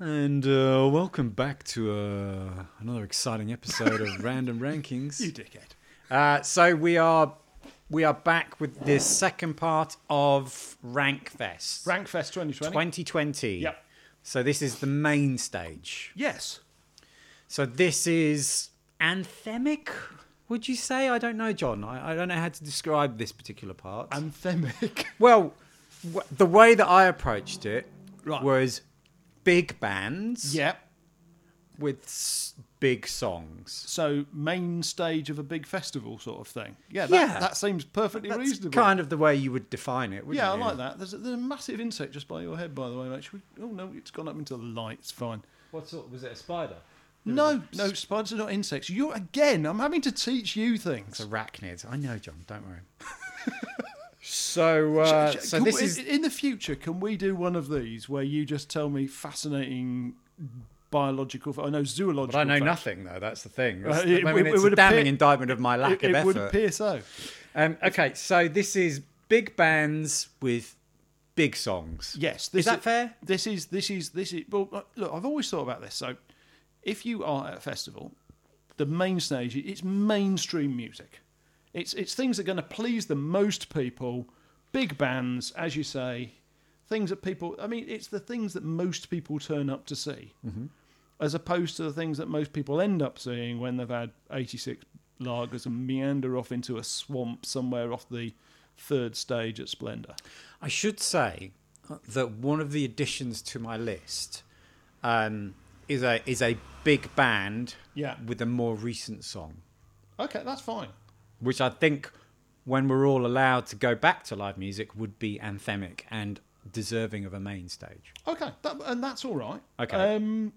And uh, welcome back to uh, another exciting episode of Random Rankings. You dickhead. Uh, so we are we are back with this second part of Rank Fest Rank Fest 2020. 2020. Yep. So this is the main stage. Yes. So this is anthemic. Would you say? I don't know, John. I, I don't know how to describe this particular part. Anthemic. well, w- the way that I approached it Right. was big bands yep. with s- big songs. So main stage of a big festival sort of thing. Yeah. That, Yeah. that seems perfectly That's reasonable. kind of the way you would define it. Wouldn't yeah, I you? like that. There's a, there's a massive insect just by your head, by the way, mate. Should we, oh no, it's gone up into the light. It's fine. What sort? Was it a spider? No, no, spiders are not insects. You again. I'm having to teach you things. It's arachnids. I know, John. Don't worry. so, uh, Sh- sh- so can this we- is in the future. Can we do one of these where you just tell me fascinating biological? fa- I know But zoological. I know facts. nothing though. That's the thing. That's- Uh, it- I mean, it- it's it would a damning appear- indictment of my lack It, of it would effort. appear so. Um, okay, so this is big bands with big songs. Yes, Is that fair? This is this is this is. Well, uh, look, I've always thought about this. So, if you are at a festival, the main stage it's mainstream music. It's it's things that are going to please the most people. Big bands, as you say, things that people. I mean, it's the things that most people turn up to see, Mm-hmm. as opposed to the things that most people end up seeing when they've had eighty six lagers and meander off into a swamp somewhere off the third stage at Splendor. I should say that one of the additions to my list um, is a is a big band Yeah. with a more recent song, Okay, that's fine. which I think, when we're all allowed to go back to live music, would be anthemic and deserving of a main stage. Okay, that, and that's all right. Okay. Um,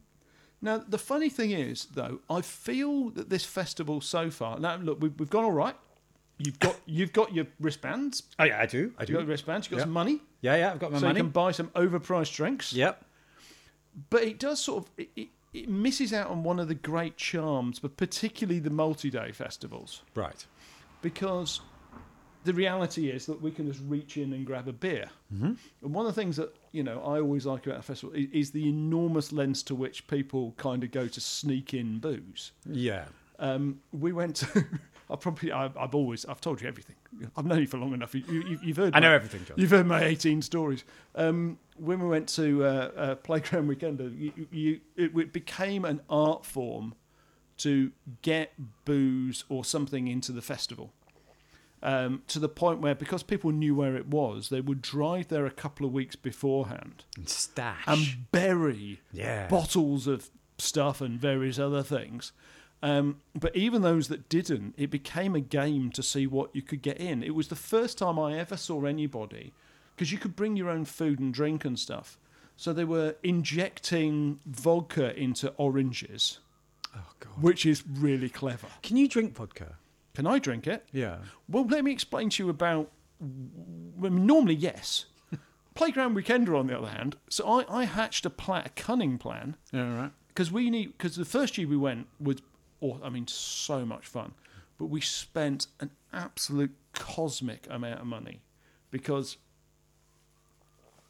now the funny thing is, though, I feel that this festival so far. Now look, we've, we've gone all right. You've got you've got your wristbands. Oh yeah, I do. I You've got your wristbands. You've got Yeah. some money, Yeah, yeah, I've got my so money. you can buy some overpriced drinks. Yep. But it does sort of it, it, it misses out on one of the great charms, but particularly the multi-day festivals, Right. because the reality is that we can just reach in and grab a beer. Mm-hmm. And one of the things that you know I always like about a festival is, is the enormous lens to which people kind of go to sneak in booze. Yeah. Um, we went to. I probably I, I've always I've told you everything. I've known you for long enough. You, you, you've heard. I know my- everything, John. You've heard my 18 stories. Um, when we went to uh, uh, Playground Weekender, you, you- you, it, it became an art form to get booze or something into the festival. Um, to the point where, because people knew where it was, they would drive there a couple of weeks beforehand And stash. and bury yeah. bottles of stuff and various other things. Um, but even those that didn't, it became a game to see what you could get in. It was the first time I ever saw anybody, because you could bring your own food and drink and stuff. So they were injecting vodka into oranges, oh god. which is really clever. Can you drink vodka? Can I drink it? Yeah. Well, let me explain to you about. well, Normally, yes. Playground Weekender, on the other hand, so I, I hatched a, pla- a cunning plan Yeah. all Right. because we need because the first year we went was aw I mean so much fun, but we spent an absolute cosmic amount of money because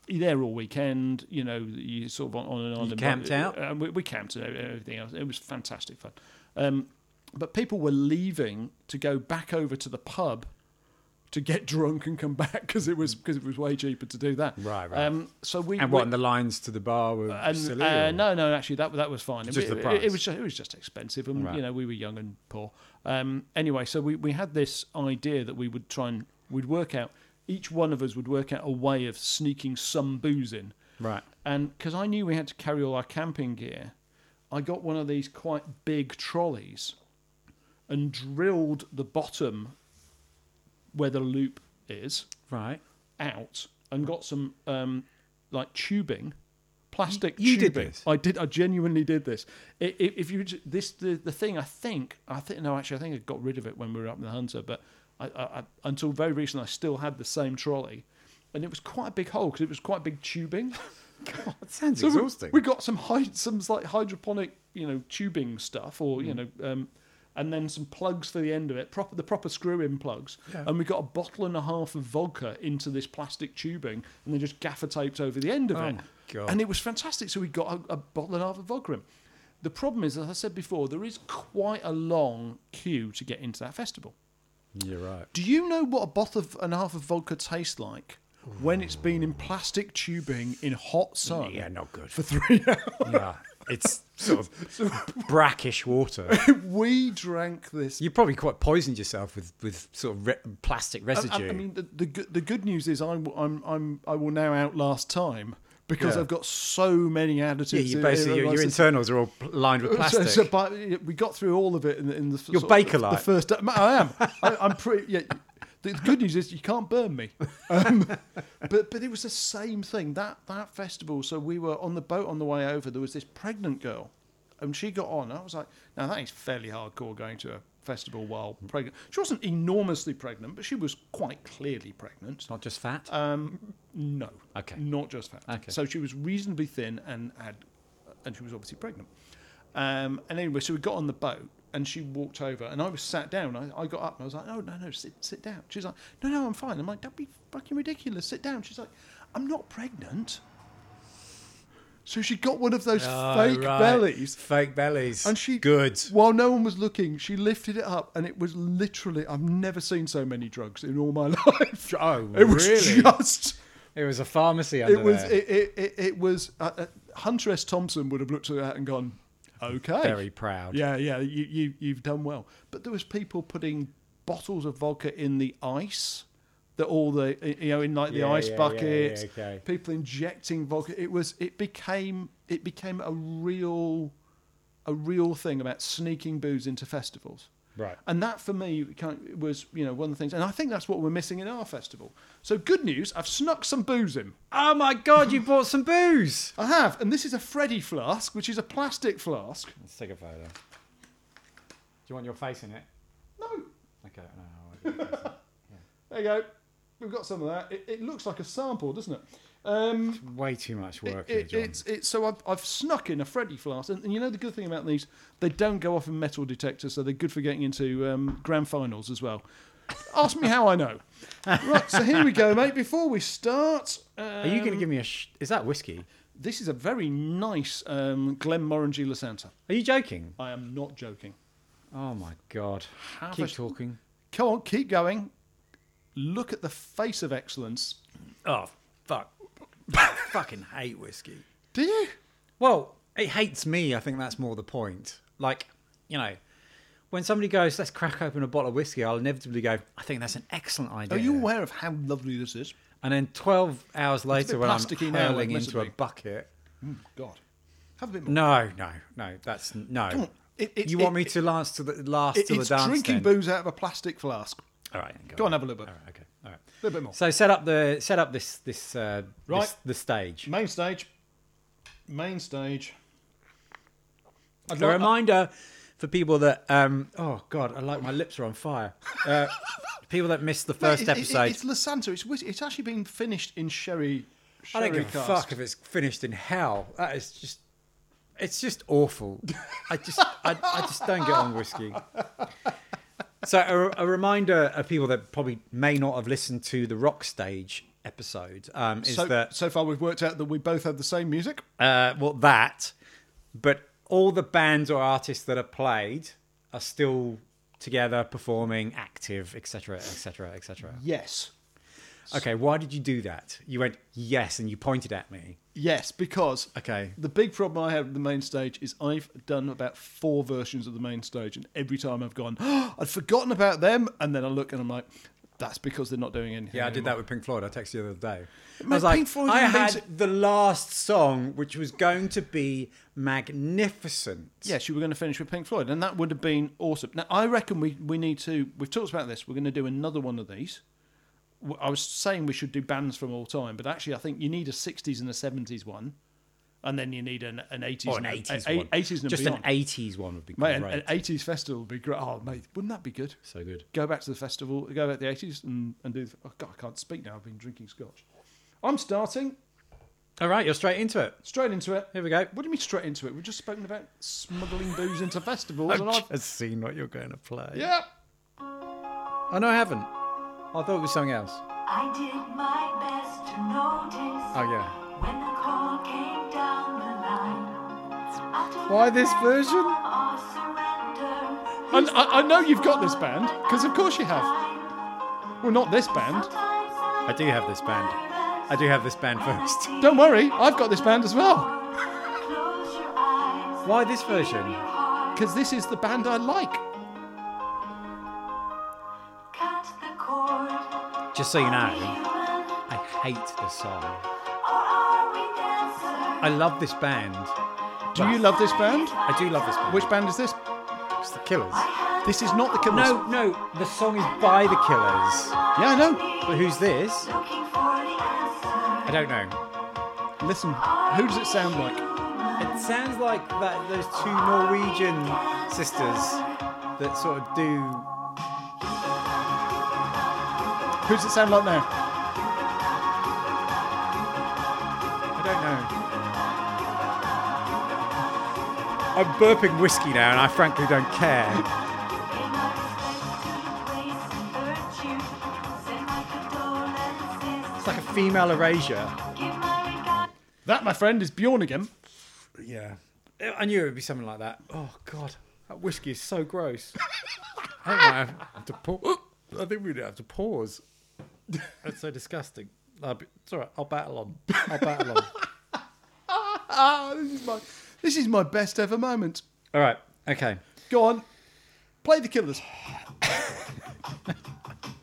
you're there all weekend. You know, you sort of on, on and on. You camped out? Uh, we, we camped and everything else. It was fantastic fun. Um, but people were leaving to go back over to the pub to get drunk and come back because it was because it was way cheaper to do that. Right, right. Um, so we And we- what? And the lines to the bar were and, silly. uh, or- no, no, actually, that that was fine. Just it, the it- price. It, was just, it was just expensive, and Right. you know we were young and poor. Um, anyway, so we, we had this idea that we would try and we'd work out each one of us would work out a way of sneaking some booze in, Right. and because I knew we had to carry all our camping gear, I got one of these quite big trolleys, and drilled the bottom where the loop is Right. out and got some um, like tubing, plastic. You- you did tubing. this? I did. I genuinely did this. I- i- If you j- this the the thing, I think I think no, actually, I think I got rid of it when we were up in the Hunter, but I, I, I until very recently I still had the same trolley, and it was quite a big hole because it was quite big tubing. That sounds So we- exhausting. Mm. We, got some hyd- some like hydroponic, you know, tubing stuff, or you know, um, and then some plugs for the end of it, proper the proper screw-in plugs, Yeah. and we got a bottle and a half of vodka into this plastic tubing, and then just gaffer taped over the end of Oh it, my God. and it was fantastic. So we got a, a bottle and a half of vodka. in. The problem is, as I said before, there is quite a long queue to get into that festival. You're right. Do you know what a bottle of, and a half of vodka tastes like when it's been in plastic tubing in hot sun Yeah, not good. for three hours? yeah, it's sort of brackish water. we drank this. You probably quite poisoned yourself with, with sort of re- plastic I- residue. I, I mean, the, the, good- the good news is I, am I'm, I will now outlast time because Yeah. I've got so many additives. yeah, you in- basically in my your, your system. internals are all pl- lined with So- plastic. So, but we got through all of it in the, in the f- You're sort of- Bakelite. The first, I am. I, I'm pretty. Yeah, the good news is you can't burn me. Um, but but it was the same thing that that festival. So we were on the boat on the way over. There was this pregnant girl, and she got on. And I was like, now that is fairly hardcore going to a festival while pregnant. She wasn't enormously pregnant, but she was quite clearly pregnant. not just fat. Um, no. Okay. Not just fat. Okay. So she was reasonably thin and had, and she was obviously pregnant. Um, and anyway, so we got on the boat and she walked over and I was sat down. I, I got up and I was like, "Oh, no, no, no, sit, sit down. She's like, no, no, I'm fine. I'm like, don't be fucking ridiculous. Sit down. She's like, I'm not pregnant. So she got one of those Oh, fake bellies Fake bellies. and she good. While no one was looking, she lifted it up, and it was literally I've never seen so many drugs in all my life. Oh, it was really? just It was a pharmacy under it was there. it it, it, it was uh, uh, Hunter S. Thompson would have looked at that and gone, okay, Very proud. yeah, yeah, you, you you've done well. But there was people putting bottles of vodka in the ice. That all the you know in like the Yeah, ice yeah, yeah, buckets, yeah, okay. people injecting vodka. It was it became it became a real a real thing about sneaking booze into festivals. Right. And that for me kind of was you know one of the things, and I think that's what we're missing in our festival. So good news, I've snuck some booze in. Oh my god, you bought some booze. I have, and this is a Freddy flask, which is a plastic flask. Let's take a photo. Do you want your face in it? No, Okay. No, There you go. We've got some of that. It, it looks like a sample, doesn't it? Um, Way too much work it- here, John. it's, it's, so I've, I've snuck in a Freddy flask. And, and you know the good thing about these, they don't go off in metal detectors, so they're good for getting into um, grand finals as well. Ask me how I know. Right, so here we go, mate. Before we start, um, Are you going to give me a? Sh- is that whiskey? this is a very nice um, Glenmorangie La Santa. Are you joking? I am not joking. Oh my god. Have Keep a- talking. Come on, keep going. Look at the face of excellence. Oh fuck. fucking hate whiskey. Do you? Well, it hates me. I think that's more the point. Like, you know, when somebody goes, "Let's crack open a bottle of whiskey," I'll inevitably go, "I think that's an excellent idea." Are you aware of how lovely this is? And then twelve hours later, when I'm plasticky now, hurling into a admittedly. bucket. God. Have a bit more. No, no, no. That's no. Come on. It- it- you it- want me to last to the last It- till it's the dance? drinking then? booze out of a plastic flask. All right, then, go, Go on, have a little bit. All right, okay, all right. A little bit more. So set up the set up this this uh, Right. this, the stage. Main stage. Main stage. I'd A like- reminder for people that um, oh god, I like my lips are on fire. Uh, people that missed the Mate, first it- it- episode, it's La Santa. It's, whis- it's actually been finished in sherry. I sherry don't give a cask. fuck if it's finished in hell. That is just it's just awful. I just I, I just don't get on whiskey. So a, a reminder of people that probably may not have listened to the rock stage episode um, is So, that so far, we've worked out that we both have the same music. uh, well that, but all the bands or artists that are played are still together, performing, active, etc., etc., etc. Yes. Okay, why did you do that? You went yes, and you pointed at me. Yes, because Okay, The big problem I have with the main stage is I've done about four versions of the main stage, and every time I've gone, "Oh, I'd forgotten about them, and then I look and I'm like, that's because they're not doing anything. yeah, I did that anymore." with Pink Floyd. I texted you the other day. I Man, was like, Pink Floyd I didn't mean had the last song, which was going to be magnificent. Yes, you were going to finish with Pink Floyd, and that would have been awesome. Now I reckon we we need to. We've talked about this. We're going to do another one of these. W- I was saying we should do bands from all time, but actually I think you need a '60s and a '70s one, and then you need an, an '80s or an and a- eighties a- one. '80s and just beyond. an eighties one would be Mate, great. an, an '80s festival would be great. Oh, mate, wouldn't that be good? so good. go back to the festival, go back to the 80s and, and do. The, oh God, I can't speak now. I've been drinking scotch. I'm starting. All right, you're straight into it. Straight into it. Here we go. What do you mean straight into it? We've just spoken about smuggling booze into festivals, and I've I've seen what you're going to play. yeah. Oh, no, I haven't. I thought it was something else. I did my best to notice Oh, yeah. when the call came down the line. After Why this version? our surrender, And I, I know you've got this band because of course you have. Well, not this band. sometimes I I do have this band. I do have this band first. Don't worry, I've got this band as well close your eyes, Why this version? because this is the band I like. cut the cord. Just so you know, I hate this song. I love this band. Do you love this band? I do love this band. Which band is this? It's the Killers. This is not the Killers. No, no, the song is by the Killers. Yeah, I know. But who's this? I don't know. Listen, who does it sound like? It sounds like that those two Norwegian sisters that sort of do. Who does it sound like now? I don't know. I'm burping whiskey now, and I frankly don't care. It's like a female erasure. That, my friend, is Bjorn again. Yeah. I knew it would be something like that. Oh, God. That whiskey is so gross. I think we have to pause. I think we'd have to pause. That's so disgusting. I'll be, it's all right. I'll battle on. I'll battle on. Ah, this is my, this is my best ever moment. All right. Okay. Go on, play the Killers.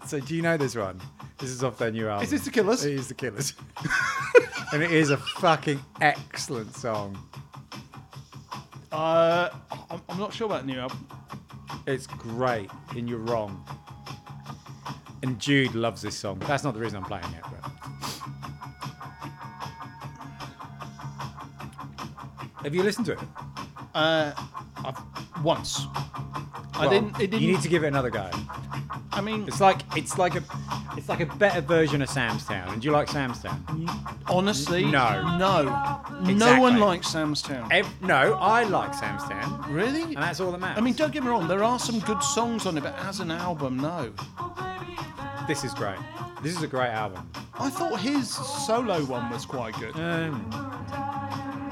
So do you know this one? This is off their new album. Is this the Killers? It is the Killers. and it is a fucking excellent song. Uh, I'm, I'm not sure about the new album. It's great, and you're wrong. And Jude loves this song. That's not the reason I'm playing it, but. Have you listened to it? Uh, I've, once. I Well, didn't. It didn't. You need to give it another go. I mean, It's like it's like a it's like a better version of Sam's Town. And do you like Sam's Town? honestly, No. no, no Exactly. one likes Sam's Town. Ev- no, I like Sam's Town, Really? and that's all that matters. I mean, don't get me wrong. There are some good songs on it, but as an album, no. This is great. This is a great album. I thought his solo one was quite good. Um,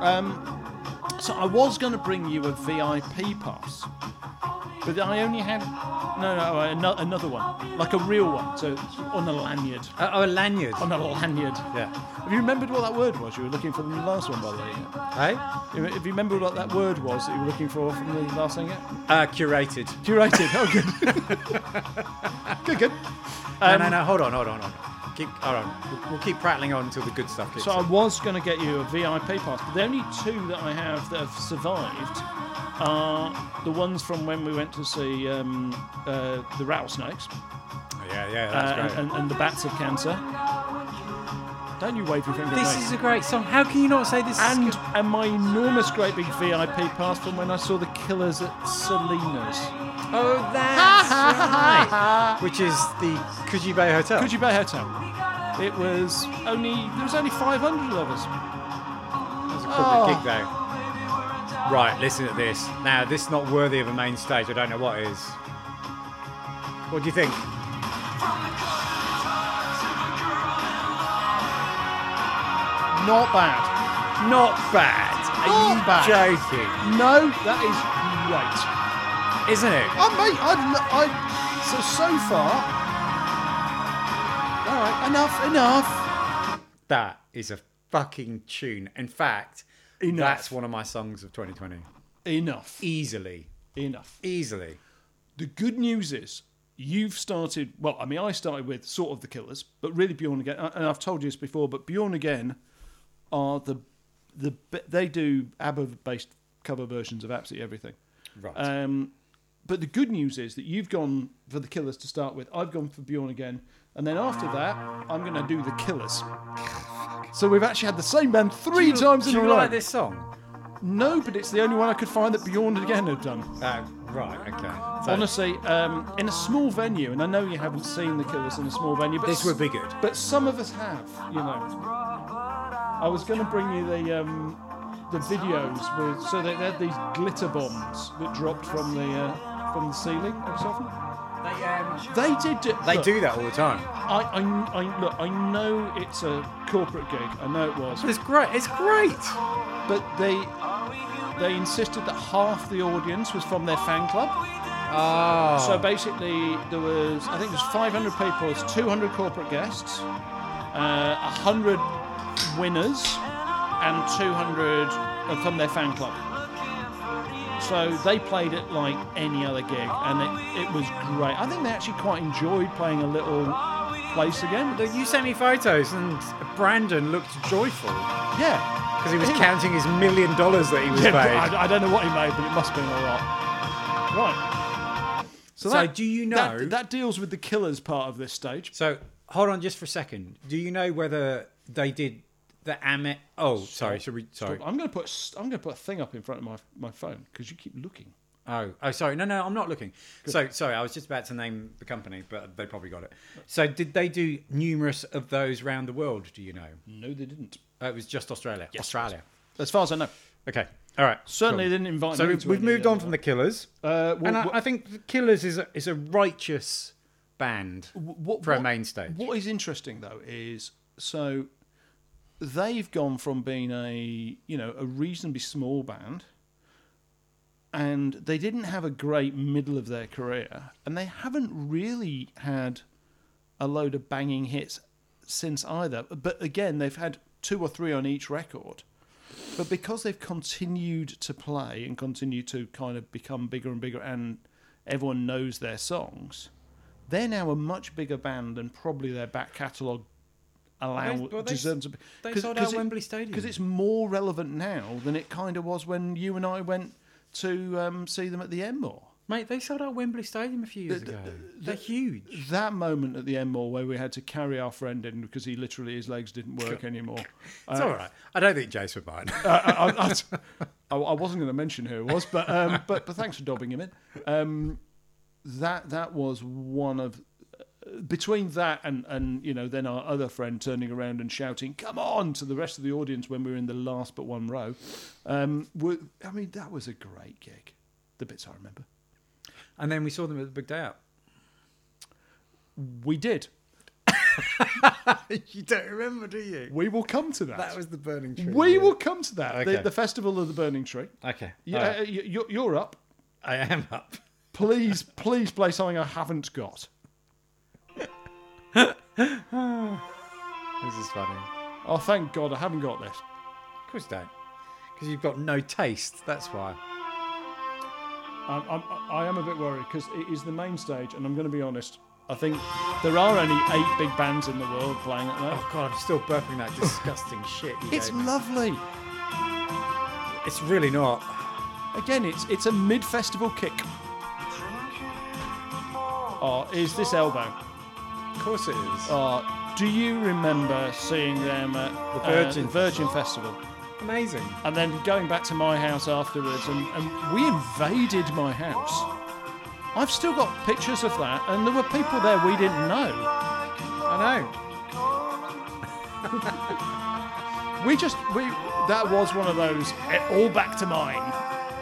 Um, so I was going to bring you a VIP pass, but I only had no, no, ano- another one, like a real one, so on a lanyard, oh, oh, lanyard. on a lanyard. Yeah. Have you remembered what that word was you were looking for from the last one, by the way? Hey? Have you remembered what that word was that you were looking for from the last thing? yeah? Uh, curated. Curated. Oh, good. good, good. Um, no, no, no. Hold on, hold on, hold on. Keep, hold on. We'll, we'll keep prattling on until the good stuff kicks So I in. was going to get you a VIP pass, but the only two that I have that have survived are the ones from when we went to see um, uh, the rattlesnakes Yeah, yeah, uh, that's great. and, and the bats of cancer. Don't you wave your finger? at this me. is a great song. How can you not say this? is and good? and my enormous, great big VIP pass from when I saw the Killers at Selena's. oh, that's right. Which is the Coogee Bay Hotel. Could you buy hotel? It was only there was only 500 of us. That was a corporate Oh. gig, though. Right, listen to this. Now, this is not worthy of a main stage. I don't know what is. What do you think? Not bad. Not bad. Are Not you bad. joking? No, that is great. Isn't it? Oh, mate, I'd, lo- I. So, so far. Alright, enough, enough. That is a fucking tune. In fact, Enough. that's one of my songs of 2020. Enough. Easily. Enough. Easily. The good news is, you've started. Well, I mean, I started with sort of the killers, but really Bjorn again. And I've told you this before, but Bjorn again are the. the be- They do ABBA based cover versions of absolutely everything. Right. Um, but the good news is that you've gone for the killers to start with. I've gone for Bjorn again. And then after that, I'm going to do the killers. So we've actually had the same band three times Do in a you row. like this song? No, but it's the only one I could find that Bjorn again had done. Uh, Right. Okay. So Honestly, um, in a small venue, and I know you haven't seen The Killers in a small venue, but this would be good. But some of us have, you know. I was going to bring you the um, the videos with so they, they had these glitter bombs that dropped from the uh, from the ceiling every so often. They, um, They did. Do, they look, do that all the time. I, I, I look. I know it's a corporate gig. I know it was, But it's great. It's great. but they they insisted that half the audience was from their fan club. Oh. So basically, there was I think it was 500 people, it's 200 corporate guests, uh, 100 winners, and 200 are from their fan club. So they played it like any other gig, and it, it was great. I think they actually quite enjoyed playing a little place again. Look, you sent me photos, and Brandon looked joyful because Yeah, he was counting his million dollars that he was Yeah, paid. I, I don't know what he made, but it must have been a lot. Right. So, do you know? that- that deals with the killers part of this stage? so hold on just for a second. Do you know whether they did the Amet? Oh, sorry. Should we? Sorry. I'm going to put a s- I'm going to put a thing up in front of my my phone because you keep looking. Oh, oh, sorry. No, no, I'm not looking. So, sorry, I was just about to name the company, but they probably got it. So, did they do numerous of those round the world? Do you know? No, they didn't. Uh, it was just Australia. Australia. As far as I know, Okay. All right. certainly cool. they didn't invite. So me we've, to we've any moved of on that. from the Killers, Uh, well, and I, what- I think the Killers is a, is a righteous band what- for a what- main stage. What is interesting though is so they've gone from being a you know a reasonably small band, and they didn't have a great middle of their career, and they haven't really had a load of banging hits since either. But again, they've had two or three on each record. But because they've continued to play and continue to kind of become bigger and bigger, and everyone knows their songs, they're now a much bigger band than probably their back catalogue allow Well, they- well, they- deserves. to be. they sold out Wembley Stadium. because it's more relevant now than it kind of was when you and I went to um, see them at the Enmore. Mate, they sold out Wembley Stadium a few years ago. They're huge. that moment at the Enmore where we had to carry our friend in because he literally his legs didn't work anymore. It's all right. I don't think Jace would mind. Uh, I, I- I- I wasn't going to mention who it was, but um, but but thanks for dobbing him in. Um, that that was one of between that and and you know then our other friend turning around and shouting "Come on!" to the rest of the audience when we were in the last but one row. Um, were, I mean that was a great gig. The bits I remember. and then we saw them at the Big Day Out. We did. you don't remember, do you? We will come to that. That was the burning tree. we will come to that. Okay. The, the festival of the burning tree. Okay. Yeah, all right. uh, you- you're, you're up. I am up. Please, please play something I haven't got. This is funny. Oh, thank God, I haven't got this. Of course you don't. Because you've got no taste, that's why. I'm, I'm, I am a bit worried because it is the main stage, and I'm going to be honest. I think there are only eight big bands in the world playing at that. Oh god, I'm still burping that disgusting shit. you It's gave me. lovely. It's really not. Again, it's it's a mid-festival kick. Oh, is this elbow? Of course it is. Oh, do you remember seeing them at The uh, Virgin Virgin Festival? Amazing. and then going back to my house afterwards and, and we invaded my house i've still got pictures of that and there were people there we didn't know I know. we just we that was one of those "Eh, all back to mine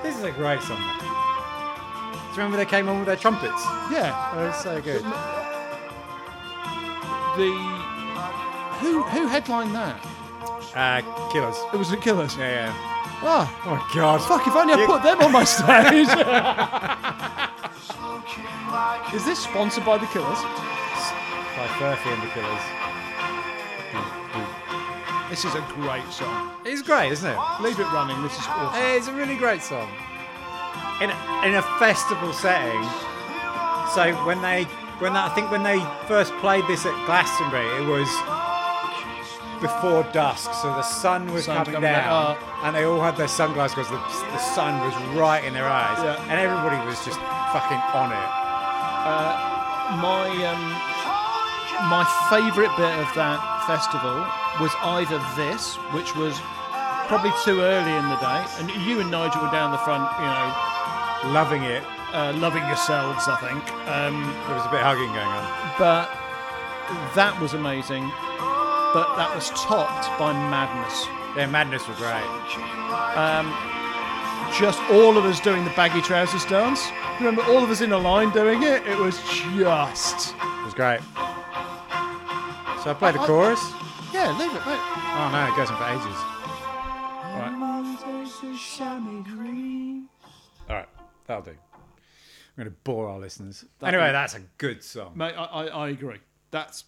This is a great song. Do you remember they came on with their trumpets? yeah uh, Oh, it's so good. the who who headlined that Uh, killers. it was the killers Yeah, yeah. Ah, Oh god. fuck if only i put them on my stage is this sponsored by the killers By Furphy and the Killers. this is a great song It's great, isn't it? leave it running this is awesome It's a really great song. In a, in a festival setting. So when they when that, I think when they first played this at Glastonbury, it was before dusk, so the sun was Sun coming, coming down, down. and they all had their sunglasses because the, the sun was right in their eyes, Yeah. and everybody was just fucking on it. my um, my favourite bit of that festival was either this, which was probably too early in the day, and you and Nigel were down the front, you know, Loving it. uh, loving yourselves, I think. Um, There was a bit of hugging going on. but that was amazing. But that was topped by madness. Yeah, madness was great. Just all of us doing the baggy trousers dance. Remember, all of us in a line doing it. It was just It was great. So I played the I- chorus. yeah. Leave it. Mate. Oh no, it goes on for ages. All right, that'll do. I'm going to bore our listeners. That'll anyway, do. that's a good song. Mate, I, I, I agree. That's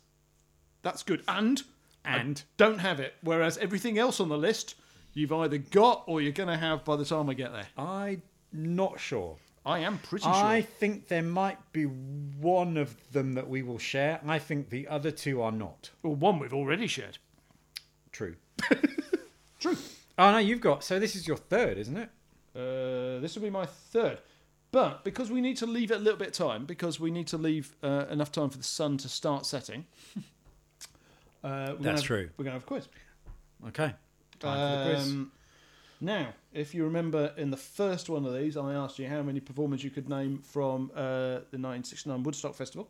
that's good. And And don't have it. Whereas everything else on the list, you've either got or you're going to have by the time I get there. I'm not sure. I am pretty I sure. think there might be one of them that we will share. I think the other two are not. Well, one we've already shared. True. True. Oh no, you've got. So this is your third, isn't it? Uh, this will be my third. But because we need to leave it a little bit of time, because we need to leave uh, enough time for the sun to start setting. Uh, we're gonna That's have- true. We're going to have a quiz. Okay. Time for the quiz. Um, Now, if you remember in the first one of these, I asked you how many performers you could name from uh, the 1969 Woodstock Festival.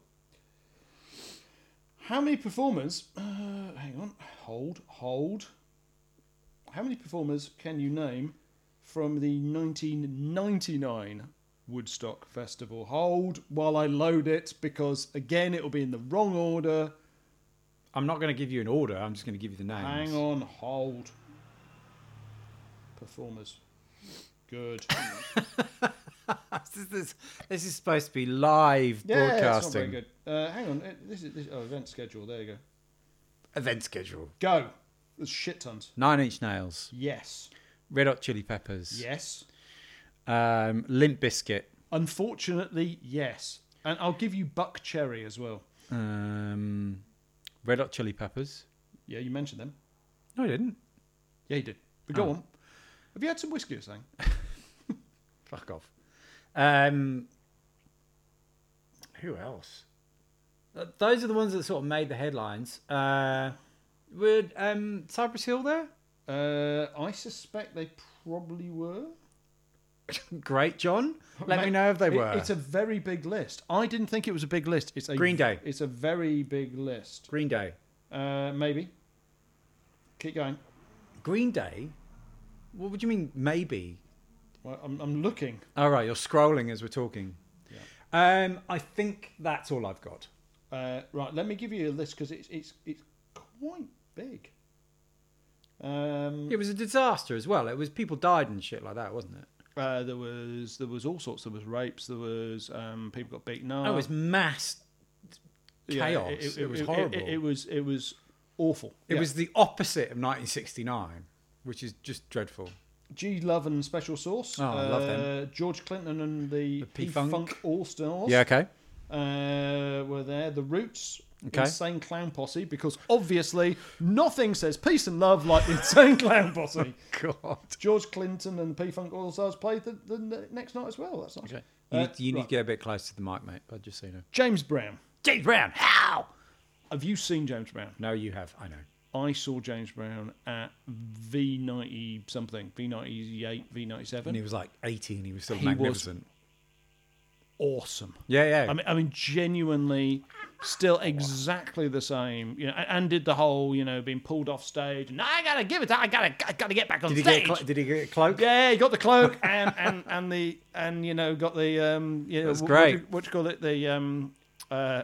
How many performers? Uh, hang on, hold, hold. How many performers can you name from the 1999 Woodstock Festival? Hold while I load it, because again, it'll be in the wrong order. I'm not going to give you an order. I'm just going to give you the names. Hang on, hold. Performers. Good. This is, this, this is supposed to be live Yeah, it's not very broadcasting. good. Uh, hang on, uh, this is this, oh, event schedule. There you go. Event schedule. Go. There's shit tons. Nine Inch Nails, Yes. Red Hot Chili Peppers, Yes. um, Limp Biscuit, Unfortunately, yes. And I'll give you Buck Cherry as well. um, Red Hot Chili Peppers. Yeah, you mentioned them. No, I didn't. Yeah, you did. But go Oh. on. Have you had some whiskey or something? Fuck off. Um, who else? Uh, Those are the ones that sort of made the headlines. Uh, would um, Cypress Hill there? Uh, I suspect they probably were. Great, John. Let Mate, me know if they it- were. It's a very big list. I didn't think it was a big list. It's a Green Day. It's a very big list. Green Day. Uh, maybe. Keep going. Green Day. What would you mean? Maybe. Well, I'm, I'm looking. All right, you're scrolling as we're talking. Um, I think that's all I've got. Uh, right, let me give you a list because it's it's it's quite big. Um, It was a disaster as well. It was people died and shit like that, wasn't it? uh, there was there was all sorts. There was rapes. There was um, people got beaten up. Oh, it was mass. Yeah, chaos. It was horrible. It, it was it was awful. It Yeah. was the opposite of 1969, which is just dreadful. G Love and Special Sauce. Oh, I love uh, them. George Clinton and the, The P P-Funk. Funk All Stars. okay. uh, were there. The Roots, Okay. Insane Clown Posse, because obviously nothing says peace and love like Insane Clown Posse. God. George Clinton and P Funk All Stars played the, the ne- next night as well. That's nice. Okay. You, Uh, need, you need right. to get a bit close to the mic, mate. I just so you know. James Brown. James Brown, how? Have you seen James Brown? No, you have. I know. I saw James Brown at V90 something, V98, And he V97. was like 80 and he was still He was- magnificent. Awesome. Yeah, yeah. I mean, I mean, genuinely, still exactly the same. You know, and and did the whole, you know, being pulled off stage. And I gotta give it. I gotta, I gotta get back on did, he stage. get, clo- did he get a cloak? Yeah, he got the cloak and, and, and the and you know got the um you know That's wh- great. What, do you- what do you call it the um uh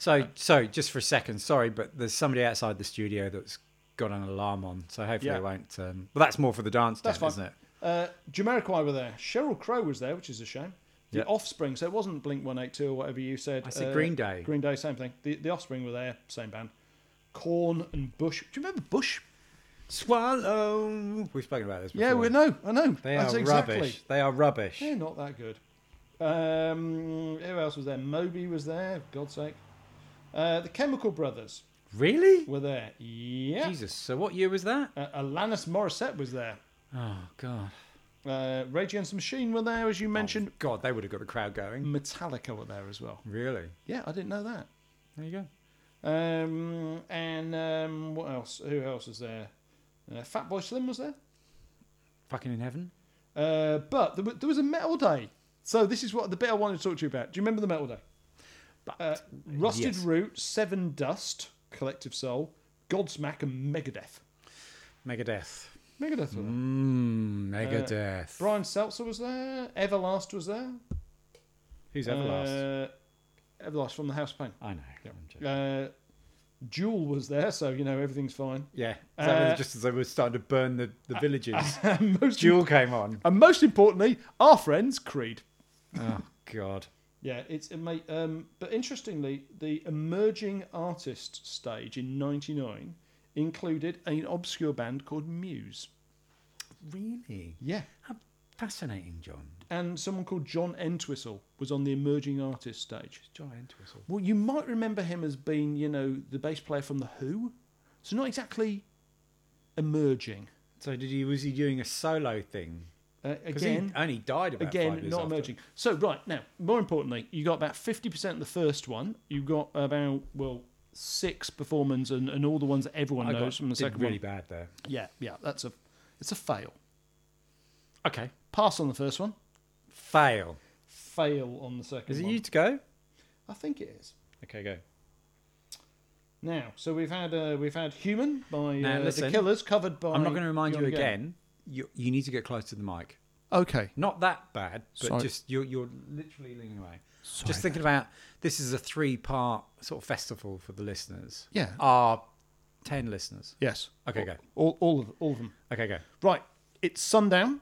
So, so just for a second, sorry, but there's somebody outside the studio that's got an alarm on. So hopefully Yeah. it won't. Um, well, that's more for the dance, That's tent, fine. isn't it? Uh, Jamiroquai were there. Cheryl Crow was there, which is a shame. The Yeah. Offspring, so it wasn't Blink One Eight Two or whatever you said. uh, I said Green Day. Green Day, same thing. The the Offspring were there, same band. Corn and Bush. Do you remember Bush? Swallow. We've spoken about this. Before. Yeah, we know, I know. They That's are exactly. rubbish. They are rubbish. They're not that good. Um, who else was there? Moby was there. For God's sake. Uh, the Chemical Brothers Really? were there. Yeah. Jesus. So what year was that? Uh, Alanis Morissette was there. Oh God. Oh, Uh, Rage Against the Machine were there, as you mentioned. God, they would have got the crowd going. Metallica were there as well. Really? Yeah, I didn't know that. There you go. Um, and um, what else? Who else was there? Uh, Fat Boy Slim was there. Fucking in heaven. Uh, but there, wa- there was a metal day. So this is what the bit I wanted to talk to you about. Do you remember the Metal Day? Uh, Rusted yes. Root, Seven Dust, Collective Soul, Godsmack, and Megadeth. Megadeth. Megadeth were there. Mm, Megadeth. Brian Seltzer was there. Everlast was there. Who's Everlast? Uh, Everlast from the House of Pain. I know. yeah. I'm joking. Uh, Jewel was there, so you know everything's fine. Yeah, that was uh, just as they were starting to burn the, the villages. most Jewel came on. and most importantly, our friends Creed. Oh God. Yeah, it's it mate. Um, but interestingly, the emerging artist stage in '99 included an obscure band called Muse. Really? Yeah, How fascinating, John. and someone called John Entwistle was on the emerging artist stage. John Entwistle. Well, you might remember him as being, you know, the bass player from The Who. So not exactly emerging. So did he? Was he doing a solo thing? Uh, 'Cause he again, only died about five again, years not after. emerging. So right now, more importantly, you got about fifty percent the first one. You got about well six performance and, and all the ones that everyone I got knows from the did second really one. bad there. Yeah, yeah, that's a it's a fail. Okay. Pass on the first one. Fail. Fail on the second Is it one. you to go? I think it is. Okay, go. Now, so we've had uh, we've had Human by Now, uh, the listen, Killers covered by. I'm not going to remind Bjorn you again. You you need to get close to the mic. Okay, Not that bad, but Sorry. just you're you're literally leaning away. Just thinking about this is a three part sort of festival for the listeners. Yeah. Our ten listeners. Yes. Okay, all, go. All, all of all of them. Okay, go. Right. It's sundown.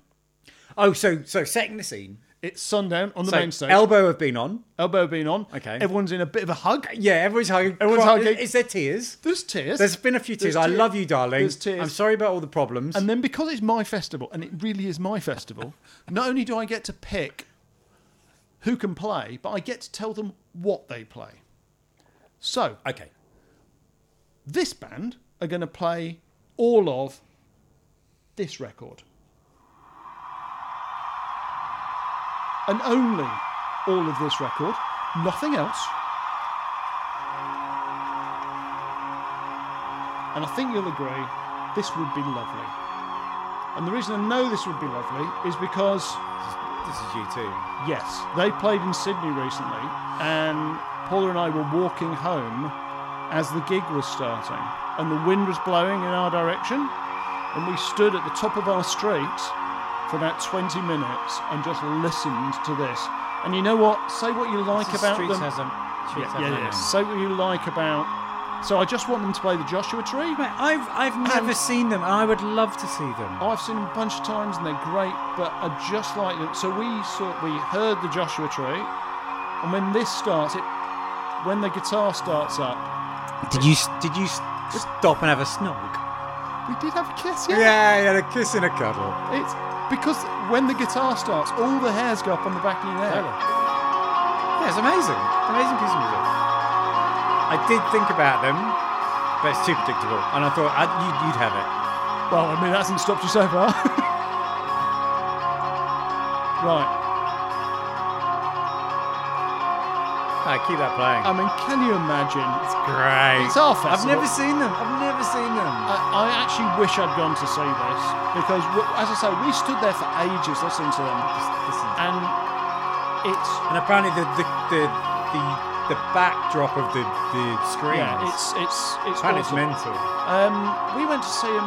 Oh, so so setting the scene. It's sundown on the So main stage. elbow have been on. elbow being on. Okay. Everyone's in a bit of a hug. Yeah, everyone's hugging. Everyone's Cry- hugging. Is there tears? There's tears. There's been a few There's tears. I tears. love you, darling. There's tears. I'm sorry about all the problems. and then because it's my festival, and it really is my festival, not only do I get to pick who can play, but I get to tell them what they play. So okay. this band are going to play all of this record. And only all of this record, nothing else. And I think you'll agree, this would be lovely. And the reason I know this would be lovely is because This is you too. Yes, they played in Sydney recently, and Paula and I were walking home as the gig was starting, and the wind was blowing in our direction, and we stood at the top of our street for about 20 minutes and just listened to this. And you know what? Say what you like This is about Streets them. has a Streets yeah, has a yeah, yeah. name. Say what you like about. So I just want them to play the Joshua Tree. Mate, I've I've Oh, never seen them, and I would love to see them. I've seen them a bunch of times and they're great, but I just like them. So we saw, we heard the Joshua Tree, and when this starts, it when the guitar starts up, Did you did you stop and have a snog? we did have a kiss, yeah. Yeah, yeah, a kiss and a cuddle. It's because when the guitar starts, all the hairs go up on the back of your head. Yeah, it's amazing. It's an amazing piece of music. I did think about them, but it's too predictable, and I thought I'd, you'd, you'd have it. Well, I mean, that hasn't stopped you so far. right. I keep that playing. I mean, can you imagine? it's great. It's our I've festival. never seen them. I've never seen them. I, I actually wish I'd gone to see this because, w- as I say, we stood there for ages listening to them. and it's And apparently the the the the, the backdrop of the the screen. yeah, it's it's it's apparently it's awesome. mental. Um, we went to see him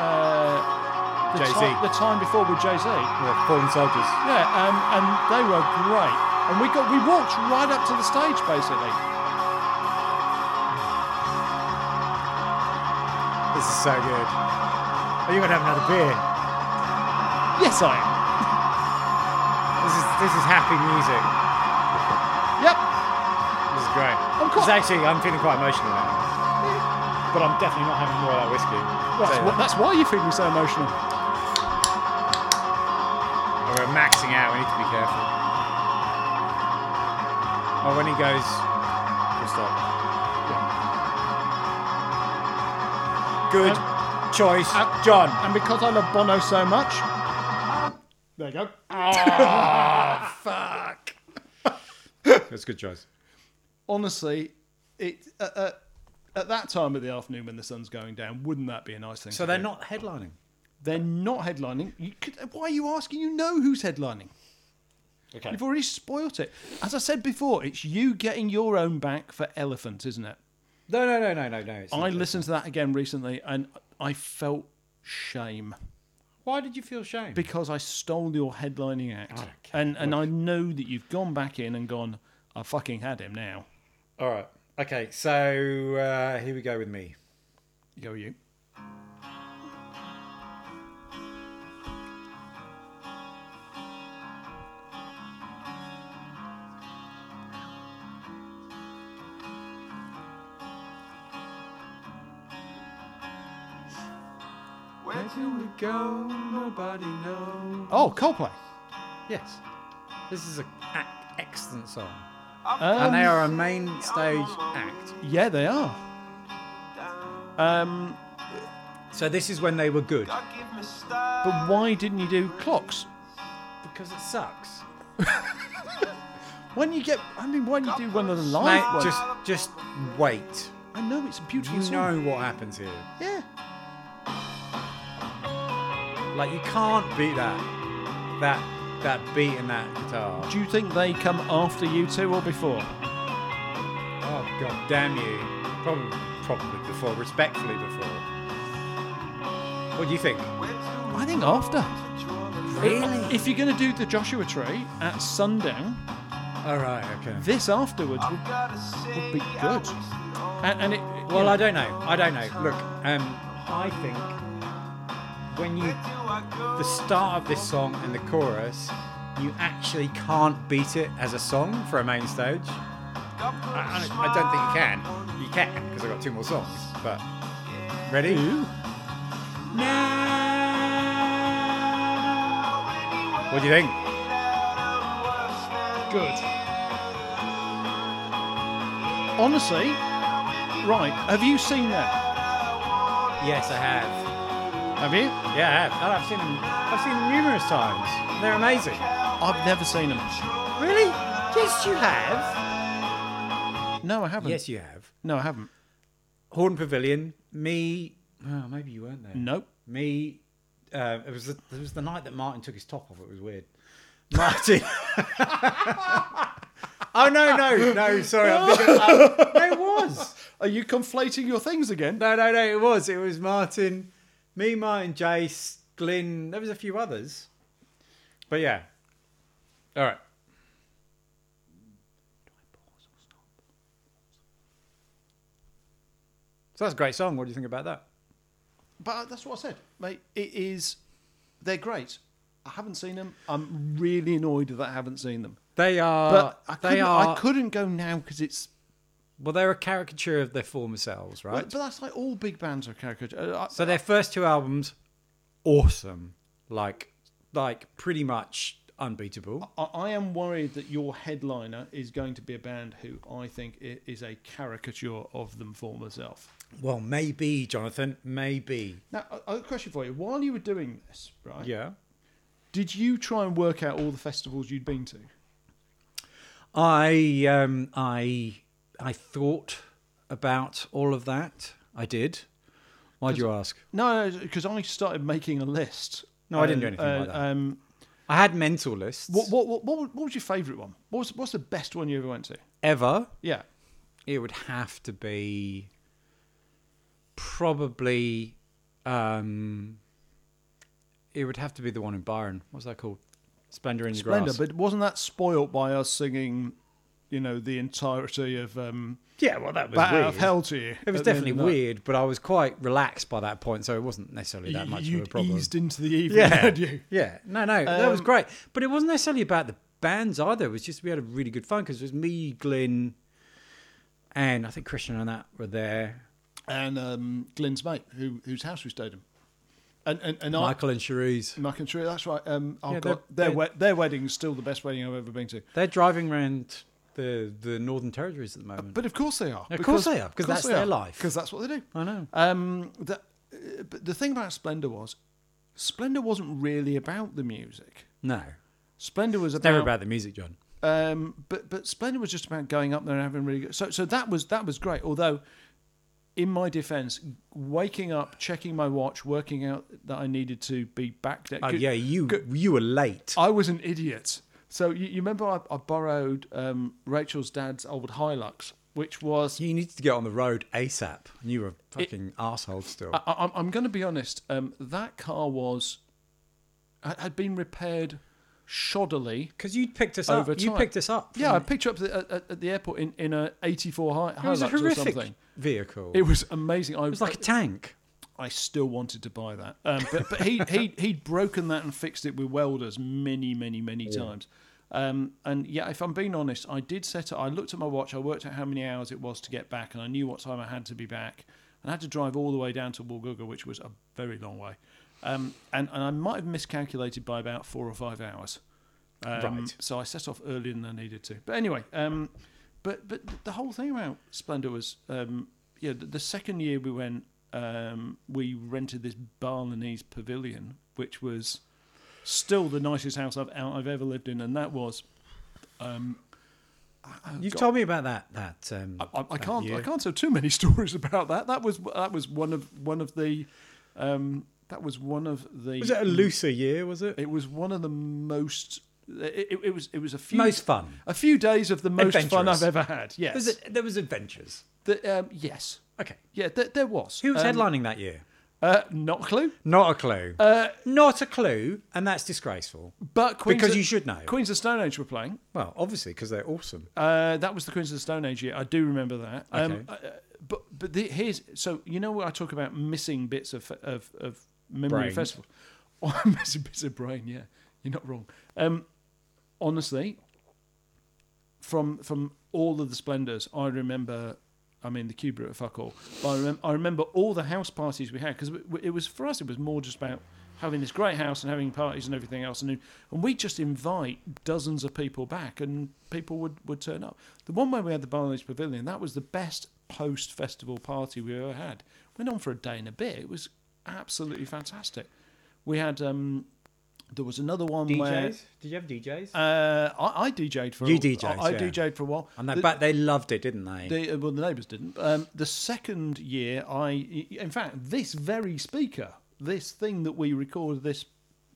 uh, the, Jay-Z. ti- the time before with Jay Z. Well, fallen soldiers. Yeah, um, and they were great. And we got we walked right up to the stage basically. This is so good. Are you gonna have another beer? Yes, I am. This is this is happy music. Yep. This is great. I'm quite- It's actually, I'm feeling quite emotional now. But I'm definitely not having more of that whiskey. Well, So, that's, wh- that's why you feel so emotional. We're maxing out. We need to be careful. Oh, when he goes, we'll stop. Good choice, Um, John. And because I love Bono so much, there you go. Fuck. That's a good choice. Honestly, it uh, uh, at that time of the afternoon when the sun's going down, wouldn't that be a nice thing? So to they're do? not headlining. They're not headlining. You could, why are you asking? You know who's headlining. Okay. You've already spoilt it. As I said before, it's you getting your own back for Elephant, isn't it? No, no, no, no, no, no. it's I not. listened to that again recently and I felt shame Why did you feel shame? because I stole your headlining act. don't care. and and I know that you've gone back in and gone, I fucking had him now. All right. Okay. So uh, here we go with me. Go you. Where do we go? Nobody knows. Oh, Coldplay. Yes. This is an ac excellent song. Um, and they are a main stage act. Yeah, they are. Um, So this is when they were good. but why didn't you do clocks? Because it sucks. When you get, I mean, why didn't you do one of the live Mate, ones? just, just wait. I know it's a beautiful You song. know what happens here. Yeah. Like you can't beat that. That that beat and that guitar. Do you think they come after you two or before? Oh god damn you. Probably probably before, respectfully before. What do you think? I think after. Really? If you're going to do the Joshua Tree at sundown, Alright, okay. this afterwards would, would be good. And, and it, Well, I don't know. I don't know. Look, um, I think when you the start of this song and the chorus, you actually can't beat it as a song for a main stage. I, I- I don't think you can. You can because I've got two more songs. But ready? What do you think? good. Honestly, right? Have you seen that? Yes, I have. Have you? Yeah, I have. And I've seen them. I've seen them numerous times. They're amazing. I've never seen them. Really? Yes, you have. No, I haven't. Yes, you have. No, I haven't. Horn Pavilion. Me. Oh, maybe you weren't there. Nope. Me. Uh, it was the, it was the night that Martin took his top off. It was weird. Martin. oh no no no! Sorry, I'm thinking, uh, no, it was. Are you conflating your things again? No no no! It was. It was Martin. Me, Martin, Jace, Glyn. There was a few others. But yeah. All right. So that's a great song. What do you think about that? But uh, that's what I said, mate. It is. They're great. I haven't seen them. I'm really annoyed that I haven't seen them. They are. But I couldn't, Uh, they are. I couldn't go now because it's. Well, they're a caricature of their former selves, right? But that's like all big bands are caricature. Uh, I- so their first two albums, awesome, like, like pretty much unbeatable. I, I am worried that your headliner is going to be a band who I think i- is a caricature of them former self. Well, maybe Jonathan, maybe. Now, I- I have a question for you. While you were doing this, right? Yeah. Did you try and work out all the festivals you'd been to? I um I I thought about all of that. I did. Why do you ask? No, because I started making a list. No, I didn't do anything like that. Um, I had mental lists. what, what, what, what, what was your favourite one? What was, what's the best one you ever went to? Ever Yeah. it would have to be probably um it would have to be the one in Byron. What's that called? Splendor in the Splendor, grass. but wasn't that spoilt by us singing, you know, the entirety of um, yeah, well that was Bat Out of Hell to you? uh, It was at the end of definitely the night? weird, but I was quite relaxed by that point, so it wasn't necessarily that You- much you of a problem. eased into the evening, yeah, had you? Um, yeah, no, no, that was great. But it wasn't necessarily about the bands either. It was just we had a really good fun because it was me, Glyn, and I think Christian and that were there. And um, Glenn's mate, who, whose house we stayed in, and and, and I, Michael and Cherise. Mac and Tree, that's right. Um, oh Yeah, God, they're- their we- their wedding's still the best wedding I've ever been to. They're driving around the the Northern Territories at the moment. But of course they are. Of course they are, 'cause that's their life. Because that's what they do. I know. Um, the, uh, but the thing about Splendor was, Splendor wasn't really about the music. no, Splendor was they're about, about the music, John. um, but but Splendor was just about going up there and having really good. So so that was that was great. Although, in my defence, waking up, checking my watch, working Uh, out that I needed to be back there. Oh yeah, you you were late. I was an idiot. So you, you remember I, I borrowed um, Rachel's dad's old Hilux, which was You need to get on the road ASAP. And you were a fucking asshole still. I, I, I'm- I'm going to be honest. Um, that car was had had been repaired shoddily. Because you picked us up. over You time. picked us up. Yeah, I from- picked her up at, at, at the airport in, in a 84 hi- Mm. it was a Hilux or horrific something. vehicle. It It was amazing. I was like a tank. I still wanted to buy that. Um, but but he, he, he'd broken that and fixed it with welders many, many, many times. Um, and yeah, if I'm being honest, I did set it. I looked at my watch, I worked out how many hours it was to get back, and I knew what time I had to be back. And I had to drive all the way down to Woollooga, which was a very long way. Um, and, and I might have miscalculated by about four or five hours. Um, Right. So I set off earlier than I needed to. But anyway, um, but but the whole thing about Splendor was, um, yeah, the, the second year we went, um, we rented this Balinese pavilion, which was still the nicest house I've I've ever lived in, and that was. Um, You've told me about that. That um, I, I that can't. year. I can't tell too many stories about that. That was that was one of one of the. Um, that was one of the. Was it a looser year? Was it? It was one of the most. It, it, it was. It was a few. Most fun. A few days of the most fun Adventurous. I've ever had. Yes. Was it? There was adventures. The, um, yes. Okay. Yeah. There, there was. Who was Um, headlining that year? Uh, not a clue. Not a clue. Uh, Not a clue, and that's disgraceful. But Queens Because of- you should know. Queens of Stone Age were playing. Well, obviously, because they're awesome. Uh, that was the Queens of the Stone Age year. I do remember that. Okay. Um, uh, but but the, here's so you know what I talk about missing bits of of, of memory Brain. festival, or missing bits of brain. Yeah, you're not wrong. Um, honestly, from from all of the splendors, I remember. I mean, the Cuba at fuck all. But I, remem- I remember all the house parties we had because it was for us. It was more just about having this great house and having parties and everything else, and and we just invite dozens of people back, and people would would turn up. The one where we had the Barney's Pavilion, that was the best post festival party we ever had. Went on for a day and a bit. It was absolutely fantastic. We had um, there was another one where Did you have DJs? uh, I, I DJ'd for You a, DJ'd, I, I yeah. DJ'd for a while. and they, The- but they loved it, didn't they? the, uh, well, the neighbours didn't. Um, the second year, I, in fact, this very speaker, this thing that we recorded this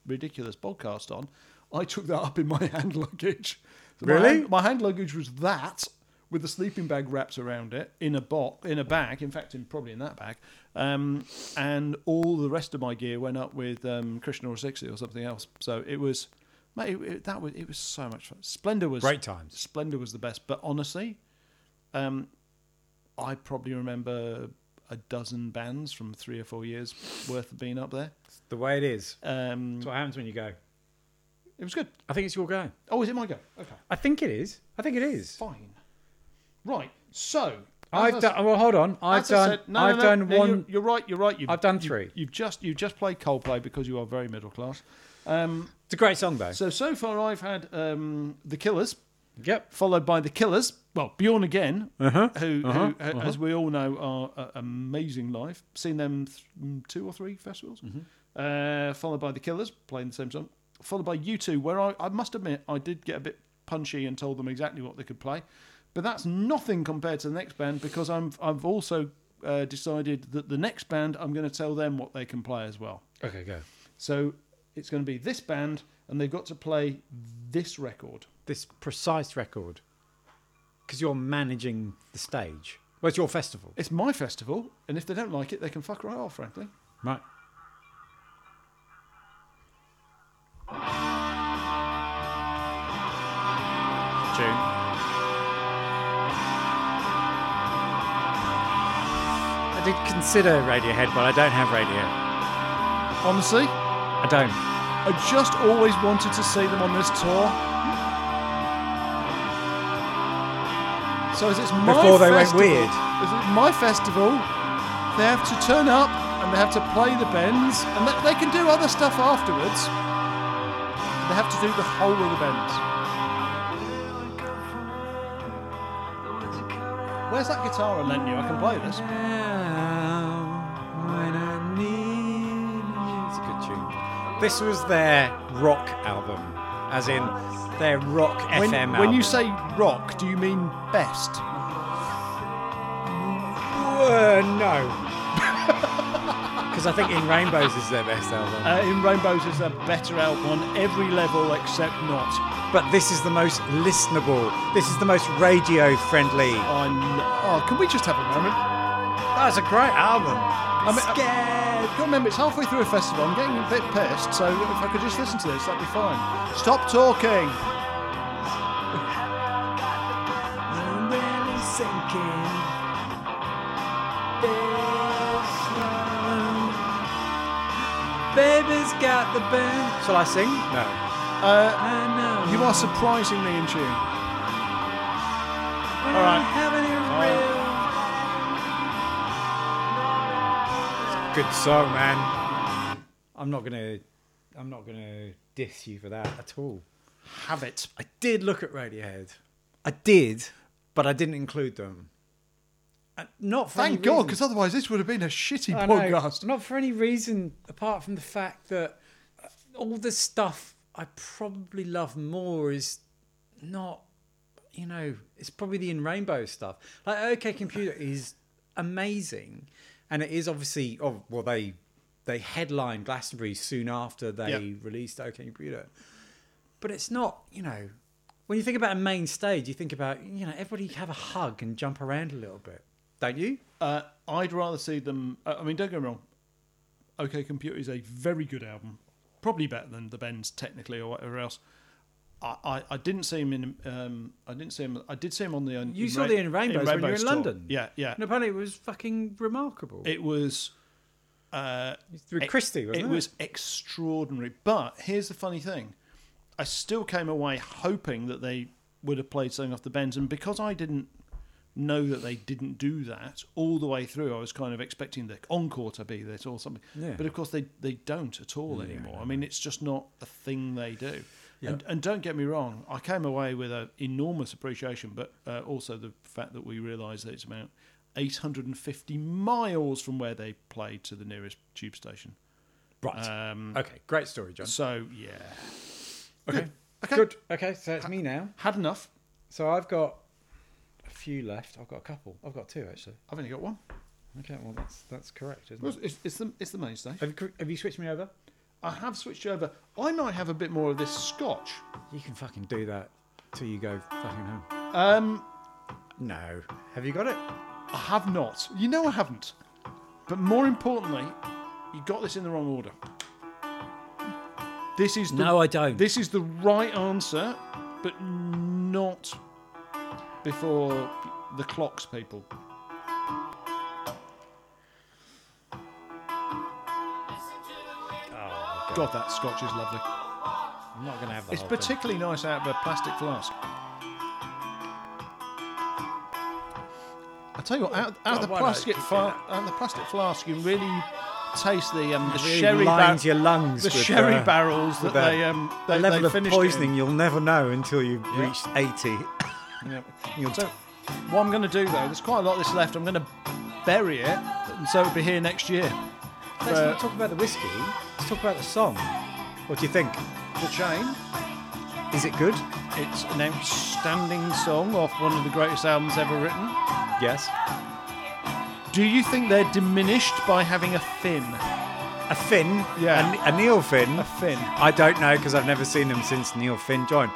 ridiculous podcast on, I took that up in my hand luggage. So my Really? hand- My hand, luggage was that with a sleeping bag wrapped around it in a box, in a bag. In fact, in probably in that bag. Um, and all the rest of my gear went up with um, Krishna or sixty or something else. So it was. Mate, it, it- that was it was so much fun. Splendor was Great times. Splendor was the best, but honestly, um, I probably remember a dozen bands from three or four years worth of being up there. the way it is. Um, That's what happens when you go. it was good. I think it's your go. Oh, is it my go? Okay, I think it is. I think it is. fine. Right. So as I I've s- done. Well, hold on. I've as I done. said- no, no, I've no, done no, one. You're, you're right. You're right. You've, I've done you- three. You've just you've just played Coldplay because you are very middle class. Um, It's a great song though. so so far I've had um, the Killers. yep. followed by the Killers. Well, Bjorn again, who, who as we all know, are uh, amazing live. Seen them th- mm, two or three festivals. Uh, followed by the Killers, playing the same song. Followed by you two, where I, I must admit I did get a bit punchy and told them exactly what they could play, but that's nothing compared to the next band because I'm I've also uh, decided that the next band I'm going to tell them what they can play as well. Okay, go. So it's going to be this band, and they've got to play this record. This precise record, because you're managing the stage. Well, it's your festival, It's my festival, and if they don't like it, they can fuck right off, frankly. right? Tune. I did consider Radiohead, but I don't have Radiohead. Honestly, I don't. I just always wanted to see them on this tour. So as it's my Before they went festival, weird. As it's my festival, they have to turn up and they have to play the bends, and they, they can do other stuff afterwards. But they have to do the whole of the bends. Where's that guitar I lent you? I can play this. It's a good tune. This was their rock album, as in their rock When, FM when album. you say rock, do you mean best? Uh, no. Because Because I think In Rainbows is their best album. Uh, in Rainbows is a better album on every level except not. But this is the most listenable. This is the most radio friendly. On oh, can we just have a moment? That's a great album. I I'm mean, I- scared. I've got to remember, it's halfway through a festival. I'm getting a bit pissed, so if I could just listen to this, that'd be fine. Stop talking. I'm really sinking. This one. Baby's got the band. Shall I sing? No. Uh, I know. you are surprisingly in tune. All right. Good song, man. I'm not gonna. I'm not gonna diss you for that at all. Have it. I did look at Radiohead. I did, but I didn't include them. Uh, Not for Thank any God, reason. because otherwise this would have been a shitty I know, podcast. Not for any reason apart from the fact that uh, all the stuff I probably love more is not, you know, it's probably the in rainbow stuff. Like, OK Computer is amazing, and it is obviously, oh, well, they they headlined Glastonbury soon after they Yeah. released OK Computer, but it's not, you know. When you think about a main stage, you think about you know everybody have a hug and jump around a little bit, don't you? Uh, I'd rather see them. Uh, I mean, don't get me wrong. OK Computer is a very good album, probably better than the Bends technically or whatever else. I, I, I didn't see him in. Um, I didn't see him. I did see him on the. uh, Un- You saw the In Rainbows when you were in tour. London. Yeah, yeah. And apparently it was fucking remarkable. It was. Uh, through Christie, wasn't it? was extraordinary. But here's the funny thing: I still came away hoping that they would have played something off the bends, and because I didn't know that they didn't do that all the way through, I was kind of expecting the encore to be this or something. Yeah. But of course, they they don't at all anymore. I mean, it's just not a thing they do. And, and don't get me wrong, I came away with an enormous appreciation, but uh, also the fact that we realised that it's about 850 miles from where they played to the nearest tube station. Right. Um, okay, great story, John. so yeah, Okay. Okay. Good. Okay, so it's me now. had enough. So I've got a few left. I've got a couple. I've got two, actually. I've only got one. Okay, well, that's that's correct, isn't Well, it? It's, it's the it's the main stage. Have you, cr- have you switched me over? I have switched over. I might have a bit more of this scotch. You can fucking do that till you go fucking home. Um, No. Have you got it? I have not. You know I haven't. But more importantly, you got this in the wrong order. This is the, I don't. This is the right answer, but not before the clocks, people. God, that scotch is lovely. I'm not going to have the It's whole thing. particularly nice out of a plastic flask. I tell you what, out, out of the Well, why not? plastic fla- out of the plastic flask, you really taste the um, the It really sherry bar- lines your lungs the with, sherry uh, barrels that with they um they, the level they of finished it in. poisoning you'll never know until you reach 80. Yeah. You'll So what I'm going to do though, there's quite a lot of this left. I'm going to bury it, and so it'll be here next year. Let's Uh, not talk about the whiskey. Let's talk about the song. What do you think? The chain. Is it good? It's an outstanding song off one of the greatest albums ever written. Yes. Do you think they're diminished by having a fin? A Finn? Yeah. A, a Neil Finn? A fin. I don't know because I've never seen them since Neil Finn joined.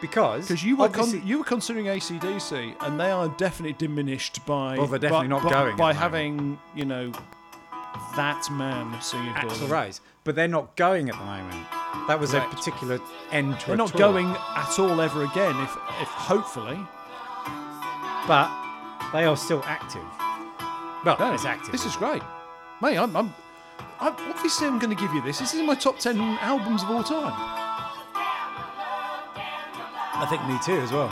Because Because you were obviously- con- you were considering ACDC, and they are definitely diminished by Well, they're definitely by, not by- going at by the moment. having you know that man singing for Axl them. Rose, but they're not going at the moment. That was Correct. a particular end to They're a not tour. going at all ever again. If if hopefully but they are still active. Well, No, it's active. This is great, mate. I'm, I'm, I'm obviously I'm going to give you this. This is in my top ten albums of all time. I think me too as well.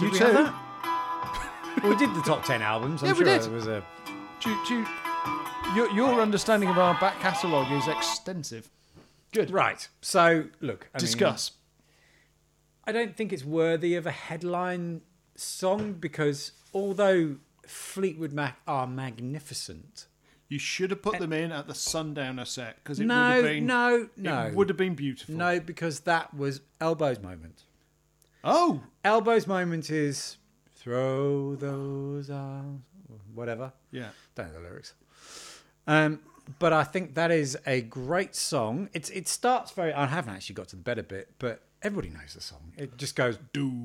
You Did we too. have that? well, we did the top ten albums. I'm Yeah, we sure did. it was a Do, you- do, you- your your understanding of our back catalogue is extensive. Good. right. So look, I mean- Discuss. I don't think it's worthy of a headline song because although Fleetwood Mac are magnificent, You should have put them in at the Sundowner set because it would no, have been no, no, It would have been beautiful. no, because that was Elbow's moment. Oh, Elbow's moment is throw those arms, whatever. yeah. Don't know the lyrics. Um, but I think that is a great song. It's it starts very. I haven't actually got to the better bit, but everybody knows the song. It just goes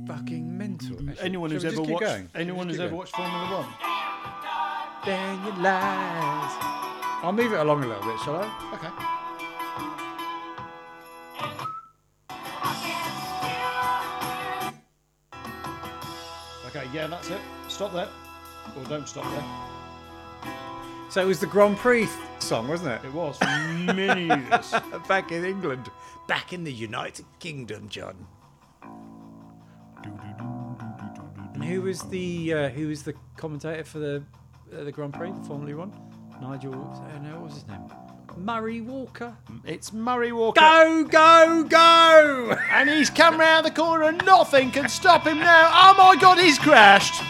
fucking mental. Actually, Anyone shall who's we just ever keep watched going? Shall we anyone just keep who's ever going? watched Formula One, Daniel lies. I'll move it along a little bit, shall I? okay, okay, yeah, that's it. Stop there, or don't stop there. So it was the Grand Prix song, wasn't it? It was for many years. Back in England, back in the United Kingdom, John. And who was the uh, who was the commentator for the uh, the Grand Prix, Formula One? Nigel, uh, no, what was his name? Murray Walker. It's Murray Walker, Go, go, go! and he's come round the corner, and nothing can stop him now. Oh my God, he's crashed.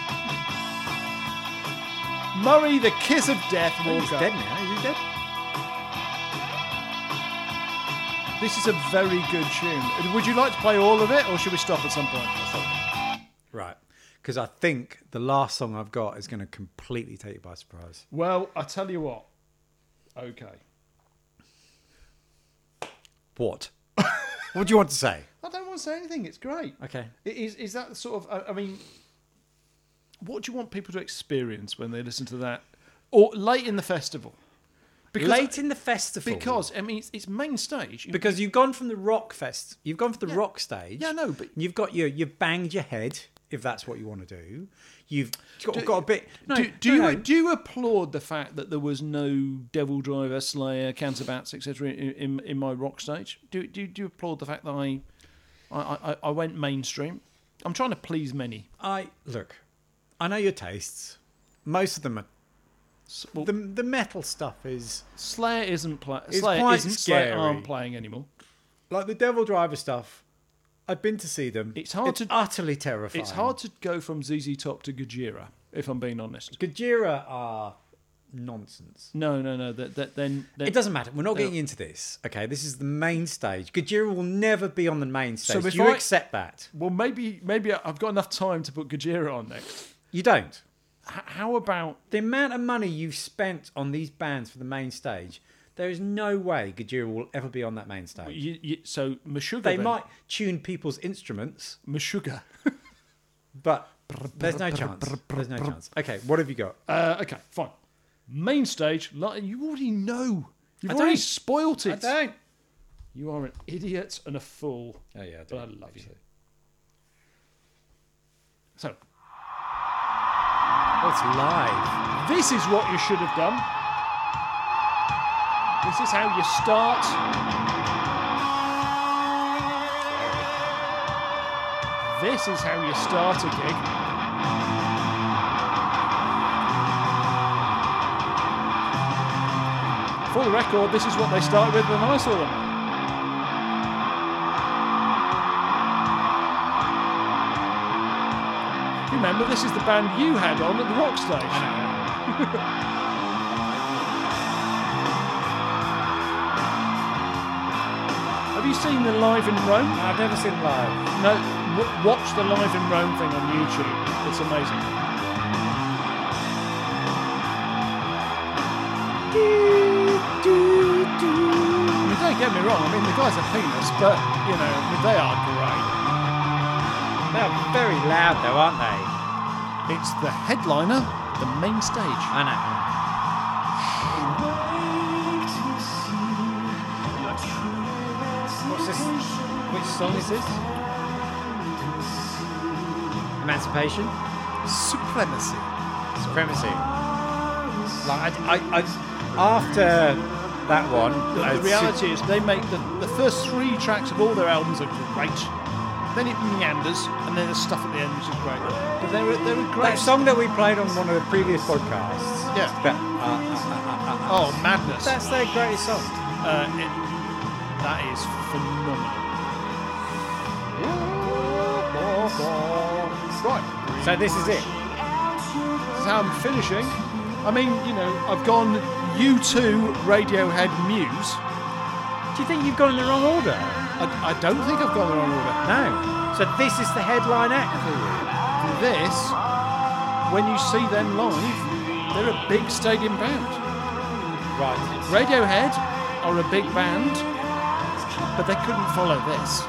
Murray, the kiss of death, He's Walker. dead now. Is he dead? This is a very good tune. Would you like to play all of it, or should we stop at some point? Right, because I think the last song I've got is going to completely take you by surprise. Well, I tell you what. Okay. What? what do you want to say? I don't want to say anything. It's great. Okay. It Is is that sort of? I- I mean, what do you want people to experience when they listen to that, or late in the festival? Because Late in the festival. because I mean, it's, it's main stage. You- Because you've gone from the rock fest, you've gone from the rock stage. Yeah, I know, but- you've got your you've banged your head if that's what you want to do. You've got, got a bit. No, do, do no, you no. do you applaud the fact that there was no Devil Driver, Slayer, Counterbats, etc. In, in in my rock stage? Do do do you applaud the fact that I, I, I, I went mainstream? I'm trying to please many. I look. I know your tastes. Most of them are S- well, the the metal stuff is Slayer isn't pla- It's Slayer quite isn't Slayer scary. aren't playing anymore. like the Devil Driver stuff. I've been to see them. It's hard to- utterly terrifying. It's hard to go from ZZ Top to Gajira, if I'm being honest. Gajira are nonsense. No, no, no. That that then then- It doesn't matter. We're not No. getting into this. Okay, this is the main stage. Gajira will never be on the main stage. if you I- accept that? Well, maybe maybe I've got enough time to put Gajira on next. You don't. H- how about The amount of money you've spent on these bands for the main stage, there is no way Gajira will ever be on that main stage. you, you, so Meshuga? They then. might tune people's instruments, Meshuga. but there's no chance. There's no chance. Okay, what have you got? Uh, okay, fine. Main stage. Like, you already know. You've I already don't. spoilt I it. don't. You are an idiot and a fool. Oh yeah, I But I don't. love you. actually. So Oh, it's live. This is what you should have done. This is how you start. This is how you start a gig. For the record, this is what they started with when I saw them. Remember, this is the band you had on at the rock stage. Have you seen the Live in Rome? I've never seen live. No, w- watch the Live in Rome thing on YouTube. It's amazing. I mean, don't get me wrong. I mean, the guys are penis, but you know, I mean, they are great. They're very loud though, aren't they? It's the headliner, the main stage. I know. What's this? Which song is this? Emancipation. Supremacy. supremacy. Like I, I, I, after that one, I- The reality is, they make the, the first three tracks of all their albums are great. Then it meanders, and then there's stuff at the end which is great. But they're a, they're a great. that song that we played on one of the previous podcasts. Yeah. That, uh, uh, oh, madness! that's their greatest song. Uh, it, that is phenomenal. Right, So this is it. this is how I'm finishing. I mean, you know, I've gone U2, Radiohead, Muse. Do you think you've gone in the wrong order? I, I don't think I've gone the wrong order. No. So this is the headline act for you. This, when you see them live, they're a big stadium band. Right. Radiohead are a big band, but they couldn't follow this.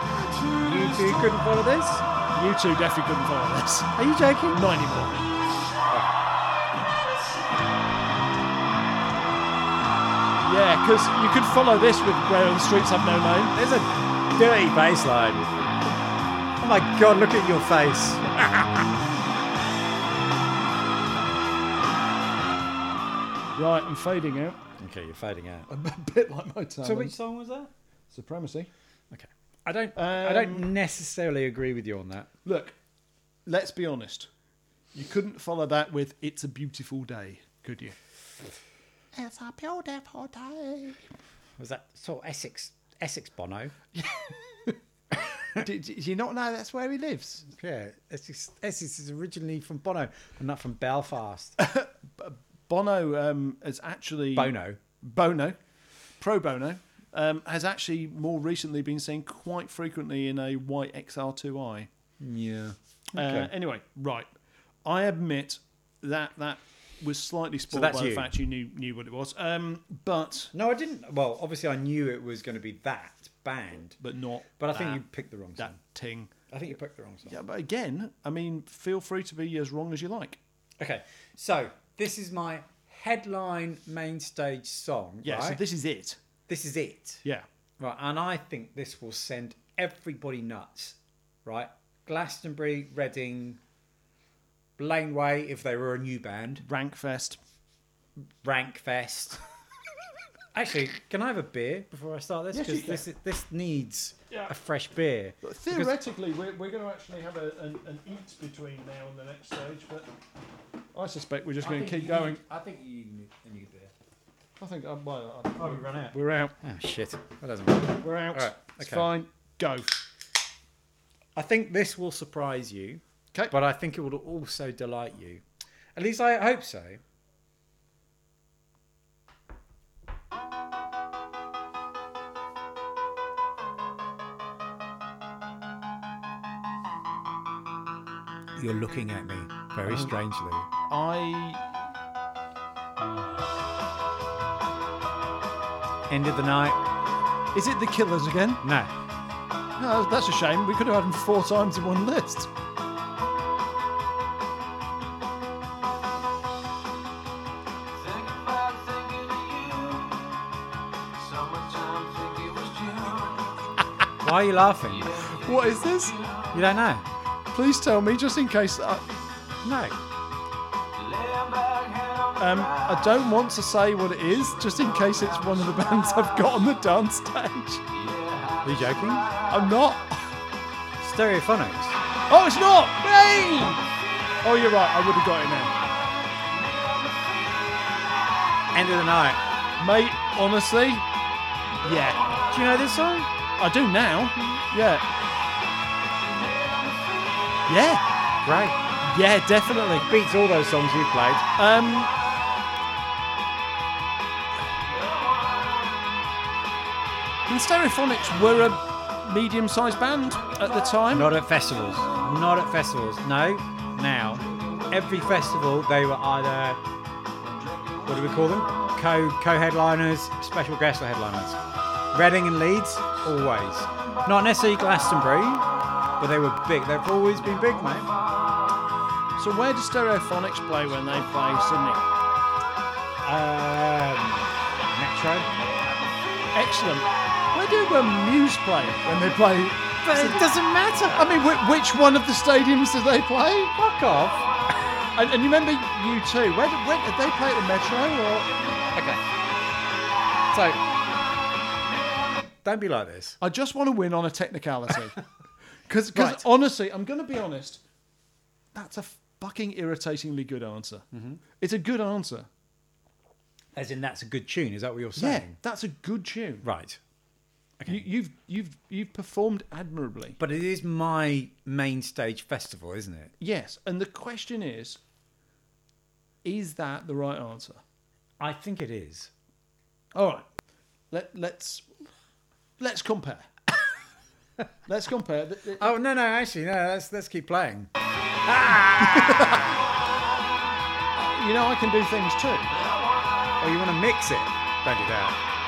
You two couldn't follow this? You two definitely couldn't follow this. Are you joking? Not anymore. Yeah, because you could follow this with Where the Streets Have No Name. There's a dirty bass line. Oh my god, look at your face. Right, I'm fading out. Okay, you're fading out. I'm a bit like my time. So which Uh, song was that? Supremacy. Okay. I don't I don't necessarily agree with you on that. Look, let's be honest. You couldn't follow that with It's a Beautiful Day, could you? It's a beautiful day. Was that sort of Essex Essex Bono? do, do you not know that's where he lives? Yeah, Essex, Essex is originally from Bono and not from Belfast. Bono um, is actually. Bono. Bono, pro bono, um, has actually more recently been seen quite frequently in a white XR2i. Yeah. Uh, anyway, right. I admit that that was slightly spoiled that's by the you. fact you knew knew what it was, um, but No, I didn't. Well, obviously, I knew it was going to be that band, but not. but I think that, you picked the wrong that song. ting. I think you picked the wrong song. Yeah, but again, I mean, feel free to be as wrong as you like. Okay, so this is my headline main stage song. Yeah, so right? this is it. this is it. Yeah. Right, and I think this will send everybody nuts. Right, Glastonbury, Reading, Laneway, if they were a new band, Rank fest. Rankfest. Actually, can I have a beer before I start this? Yes, you Because this is, this needs a fresh beer. Theoretically, we're, we're going to actually have a, an, an eat between now and the next stage, but I suspect we're just going to keep going. I think you need a new beer. I think I'm, well, Oh, we run out. we're out. Oh shit, that doesn't work. We're out. All right, It's okay. fine. Go. I think this will surprise you, Okay. but I think it will also delight you. At least I hope so. You're looking at me very strangely. I End of the night? is it the Killers again? No. No, that's a shame. We could have had them four times in one list. Why are you laughing? What is this? You don't know? Please tell me, just in case. uh, I, No. um, I don't want to say what it is, just in case it's one of the bands I've got on the dance stage. Are you joking? I'm not. Stereophonics. Oh, it's not. Hey! Oh, you're right. I would have got it now, End of the night. mate. Honestly, yeah, Do you know this song? I do now. Yeah, yeah, Great. yeah, definitely. Beats all those songs you've played. Um. And Stereophonics were a medium-sized band at the time. Not at festivals. Not at festivals. No. Now, every festival they were either what do we call them? Co co-headliners, special guest headliners. Reading and Leeds, always. Not necessarily Glastonbury, but they were big. They've always been big, mate. So where do Stereophonics play when they play Sydney? Um, Metro. Excellent. Where do um, Muse play when they play? But it doesn't matter. I mean, whi which one of the stadiums do they play? fuck off. And, and you remember you too. Where did, where did they play at the Metro? Or Okay. So, don't be like this. I just want to win on a technicality. Because Right. honestly, I'm going to be honest. That's a fucking irritatingly good answer. It's a good answer. As in, that's a good tune. Is that what you're Yeah, saying? that's a good tune. Right. You, you've you've you've performed admirably. But it is my main stage festival, isn't it? Yes, and the question is, is that the right answer? I think it is. All right. Let let's let's compare. let's compare. Th- th- Oh no, no, actually, no. Let's let's keep playing. You know I can do things too. Oh, you want to mix it? Don't do that.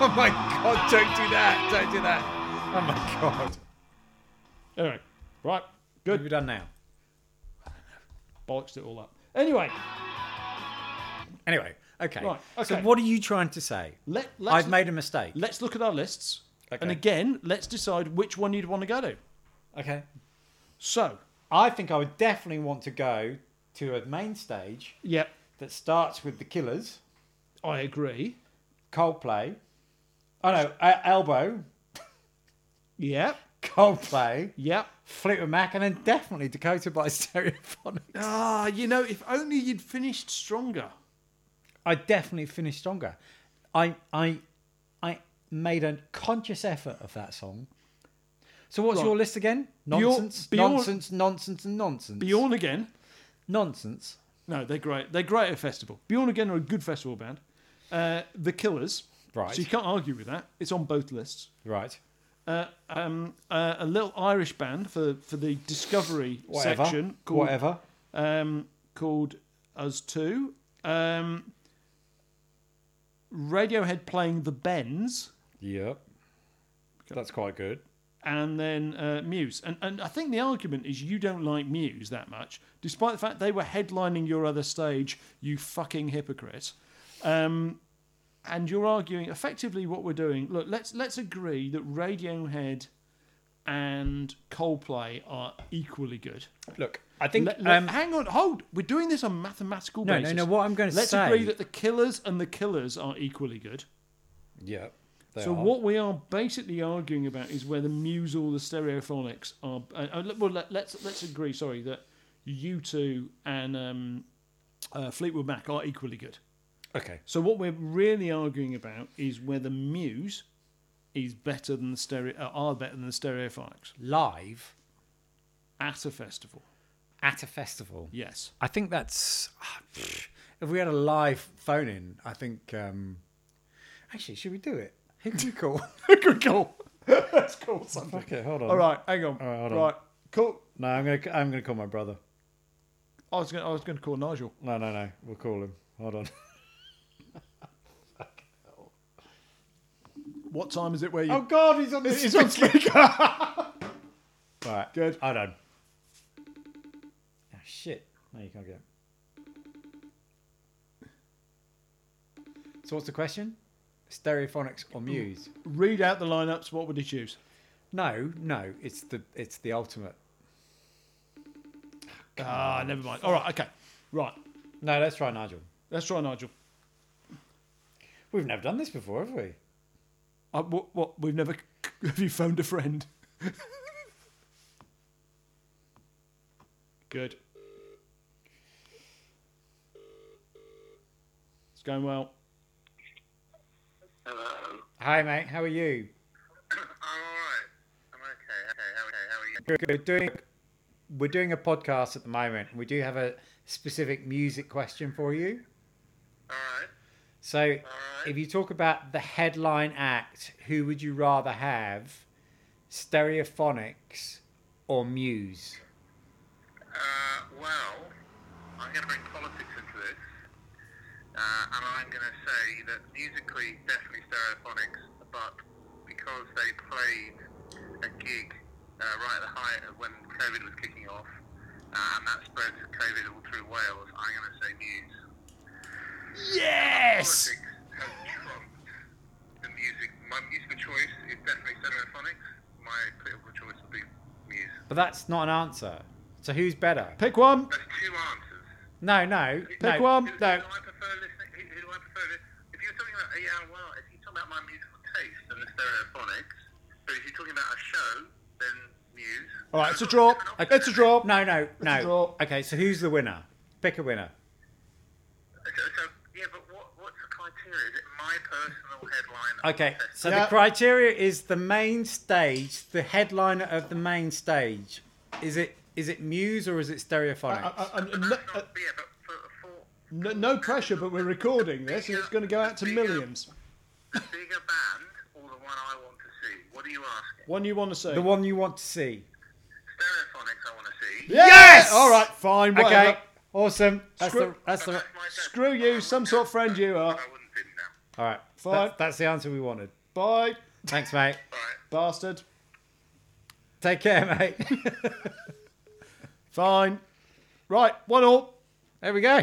oh my god, don't do that. Don't do that. Oh my god. Anyway, What right, have good. we done now? Bollocks it all up. Anyway, Anyway, okay. Right, So okay. what are you trying to say? let, let's, I've made a mistake. let's look at our lists. And Okay. again, let's decide which one you'd want to go to. Okay. So, I think I would definitely want to go to a main stage yep, that starts with the Killers, I agree. Coldplay. Oh no, uh, Elbow, Yep, Coldplay, yep. Fleetwood Mac, and then definitely Dakota by Stereophonics. Ah, you know, if only you'd finished stronger. I definitely finished stronger. I I I made a conscious effort of that song. So what's Right. your list again? Nonsense, Bjorn- nonsense, nonsense, and nonsense. Bjorn Again. Nonsense. No, they're great. They're great at a festival. Bjorn Again are a good festival band. Uh, the Killers. Right. So you can't argue with that. It's on both lists. Right. Uh, um, uh, a little Irish band for, for the Discovery Whatever. section called Whatever. um, called Us Two. Um, Radiohead playing The Bends, Yep. That's quite good. and then uh, Muse. And and I think the argument is you don't like Muse that much, despite the fact they were headlining your other stage. You fucking hypocrite. Um, and you're arguing effectively what we're doing. Look, let's let's agree that Radiohead and Coldplay are equally good. Look, I think Let- let- um, hang on, hold. We're doing this on mathematical no, no, basis. no. What I'm going to Let's say. agree that the killers and the killers are equally good. Yep. they so are. what we are basically arguing about is whether Muse or the Stereophonics are. Uh, uh, well, let, let's let's agree. Sorry, that you two and um, uh, Fleetwood Mac are equally good. Okay. So what we're really arguing about is whether Muse is better than the stereo uh, are better than the Stereophonics Live at a festival. at a festival. Yes. I think that's. ah, pfft. If we had a live phone in, I think. Um, actually, should we do it? Who can we call? Good call. Let's call something. okay, hold on. All right, hang on. right, hold on. Right, cool. No, I'm gonna. I'm gonna call my brother. I was going. I was going to call Nigel. No, no, no. We'll call him. Hold on. What time is it? Where you? Oh, God, he's on this. He's on right. Good. I don't. Oh shit! No, you can't get. It. So what's the question? Stereophonics or Muse? Read out the lineups. What would you choose? No, no. It's the it's the ultimate. Ah, never mind. All right, okay, right. No, let's try Nigel. Let's try Nigel. We've never done this before, have we? Uh, what, what? We've never. Have you phoned a friend? Good. It's going well. Hello. Hi, mate. How are you? I'm alright. I'm okay. Okay. How, okay. How are you? Good. We're doing we're doing a podcast at the moment. and We do have a specific music question for you. Alright. So, if you talk about the headline act, who would you rather have, Stereophonics or Muse? Uh, well, I'm going to bring politics into this. Uh, and I'm going to say that musically, definitely stereophonics, but because they played a gig uh, right at the height of when COVID was kicking off, uh, and that spread COVID all through Wales, I'm going to say Muse. Yes. Politics has trumped the music. My musical choice is definitely stereophonics. My political choice would be Muse. But that's not an answer. So who's better? Pick one. There's two answers. No, no. no, Pick one. Who, who No. do I prefer listening? Who, who do I prefer? Li- if you're talking about yeah, well, if you're talking about my musical taste, then the stereophonics. But if you're talking about a show, then Muse. All right, it's a draw. It's a draw. No, no, a draw. no. Okay, so who's the winner? Pick a winner. So, so yeah, but what what's the criteria? Is it my personal headline? or Okay, the so Yeah. the criteria is the main stage, the headliner of the main stage. Is it is it Muse or is it Stereophonics? Uh, uh, uh, no, festival? uh, yeah, but for, for no, no pressure, but we're recording this, and it's going to go out to millions. the bigger band or the one I want to see, what are you asking? One you want to say? the one you want to see. Stereophonics, I want to see. Yeah, Yes! All right, fine. Whatever. Okay, awesome. That's the. Screw- That's the. That's my best. Screw you, some sort of friend you are. But I wouldn't do it now. All right. Fine. That- that's the answer we wanted. Bye, Thanks, mate. All right. bastard. Take care, mate. Fine. Right, one all. There we go.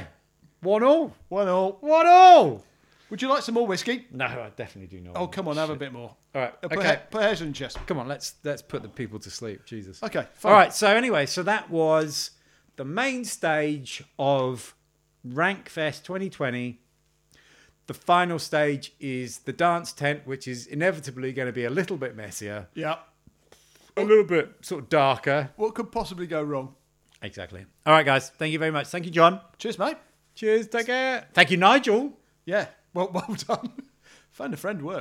One all. One all. One all. Would you like some more whiskey? No, I definitely do not. Oh, want come that on, have a shit. bit more. All right. Uh, Put, Okay. he- put hairs in your chest. Come on, let's let's put the people to sleep. Jesus. Okay, fine. All right. So anyway, so that was the main stage of Rank Fest 2020. The final stage is the dance tent, which is inevitably going to be a little bit messier, Yeah. a little bit sort of darker. What could possibly go wrong? Exactly. All right, guys. Thank you very much. Thank you, John. Cheers, mate. Cheers. Take care. Thank you, Nigel. Yeah. Well, well done. Find a friend works.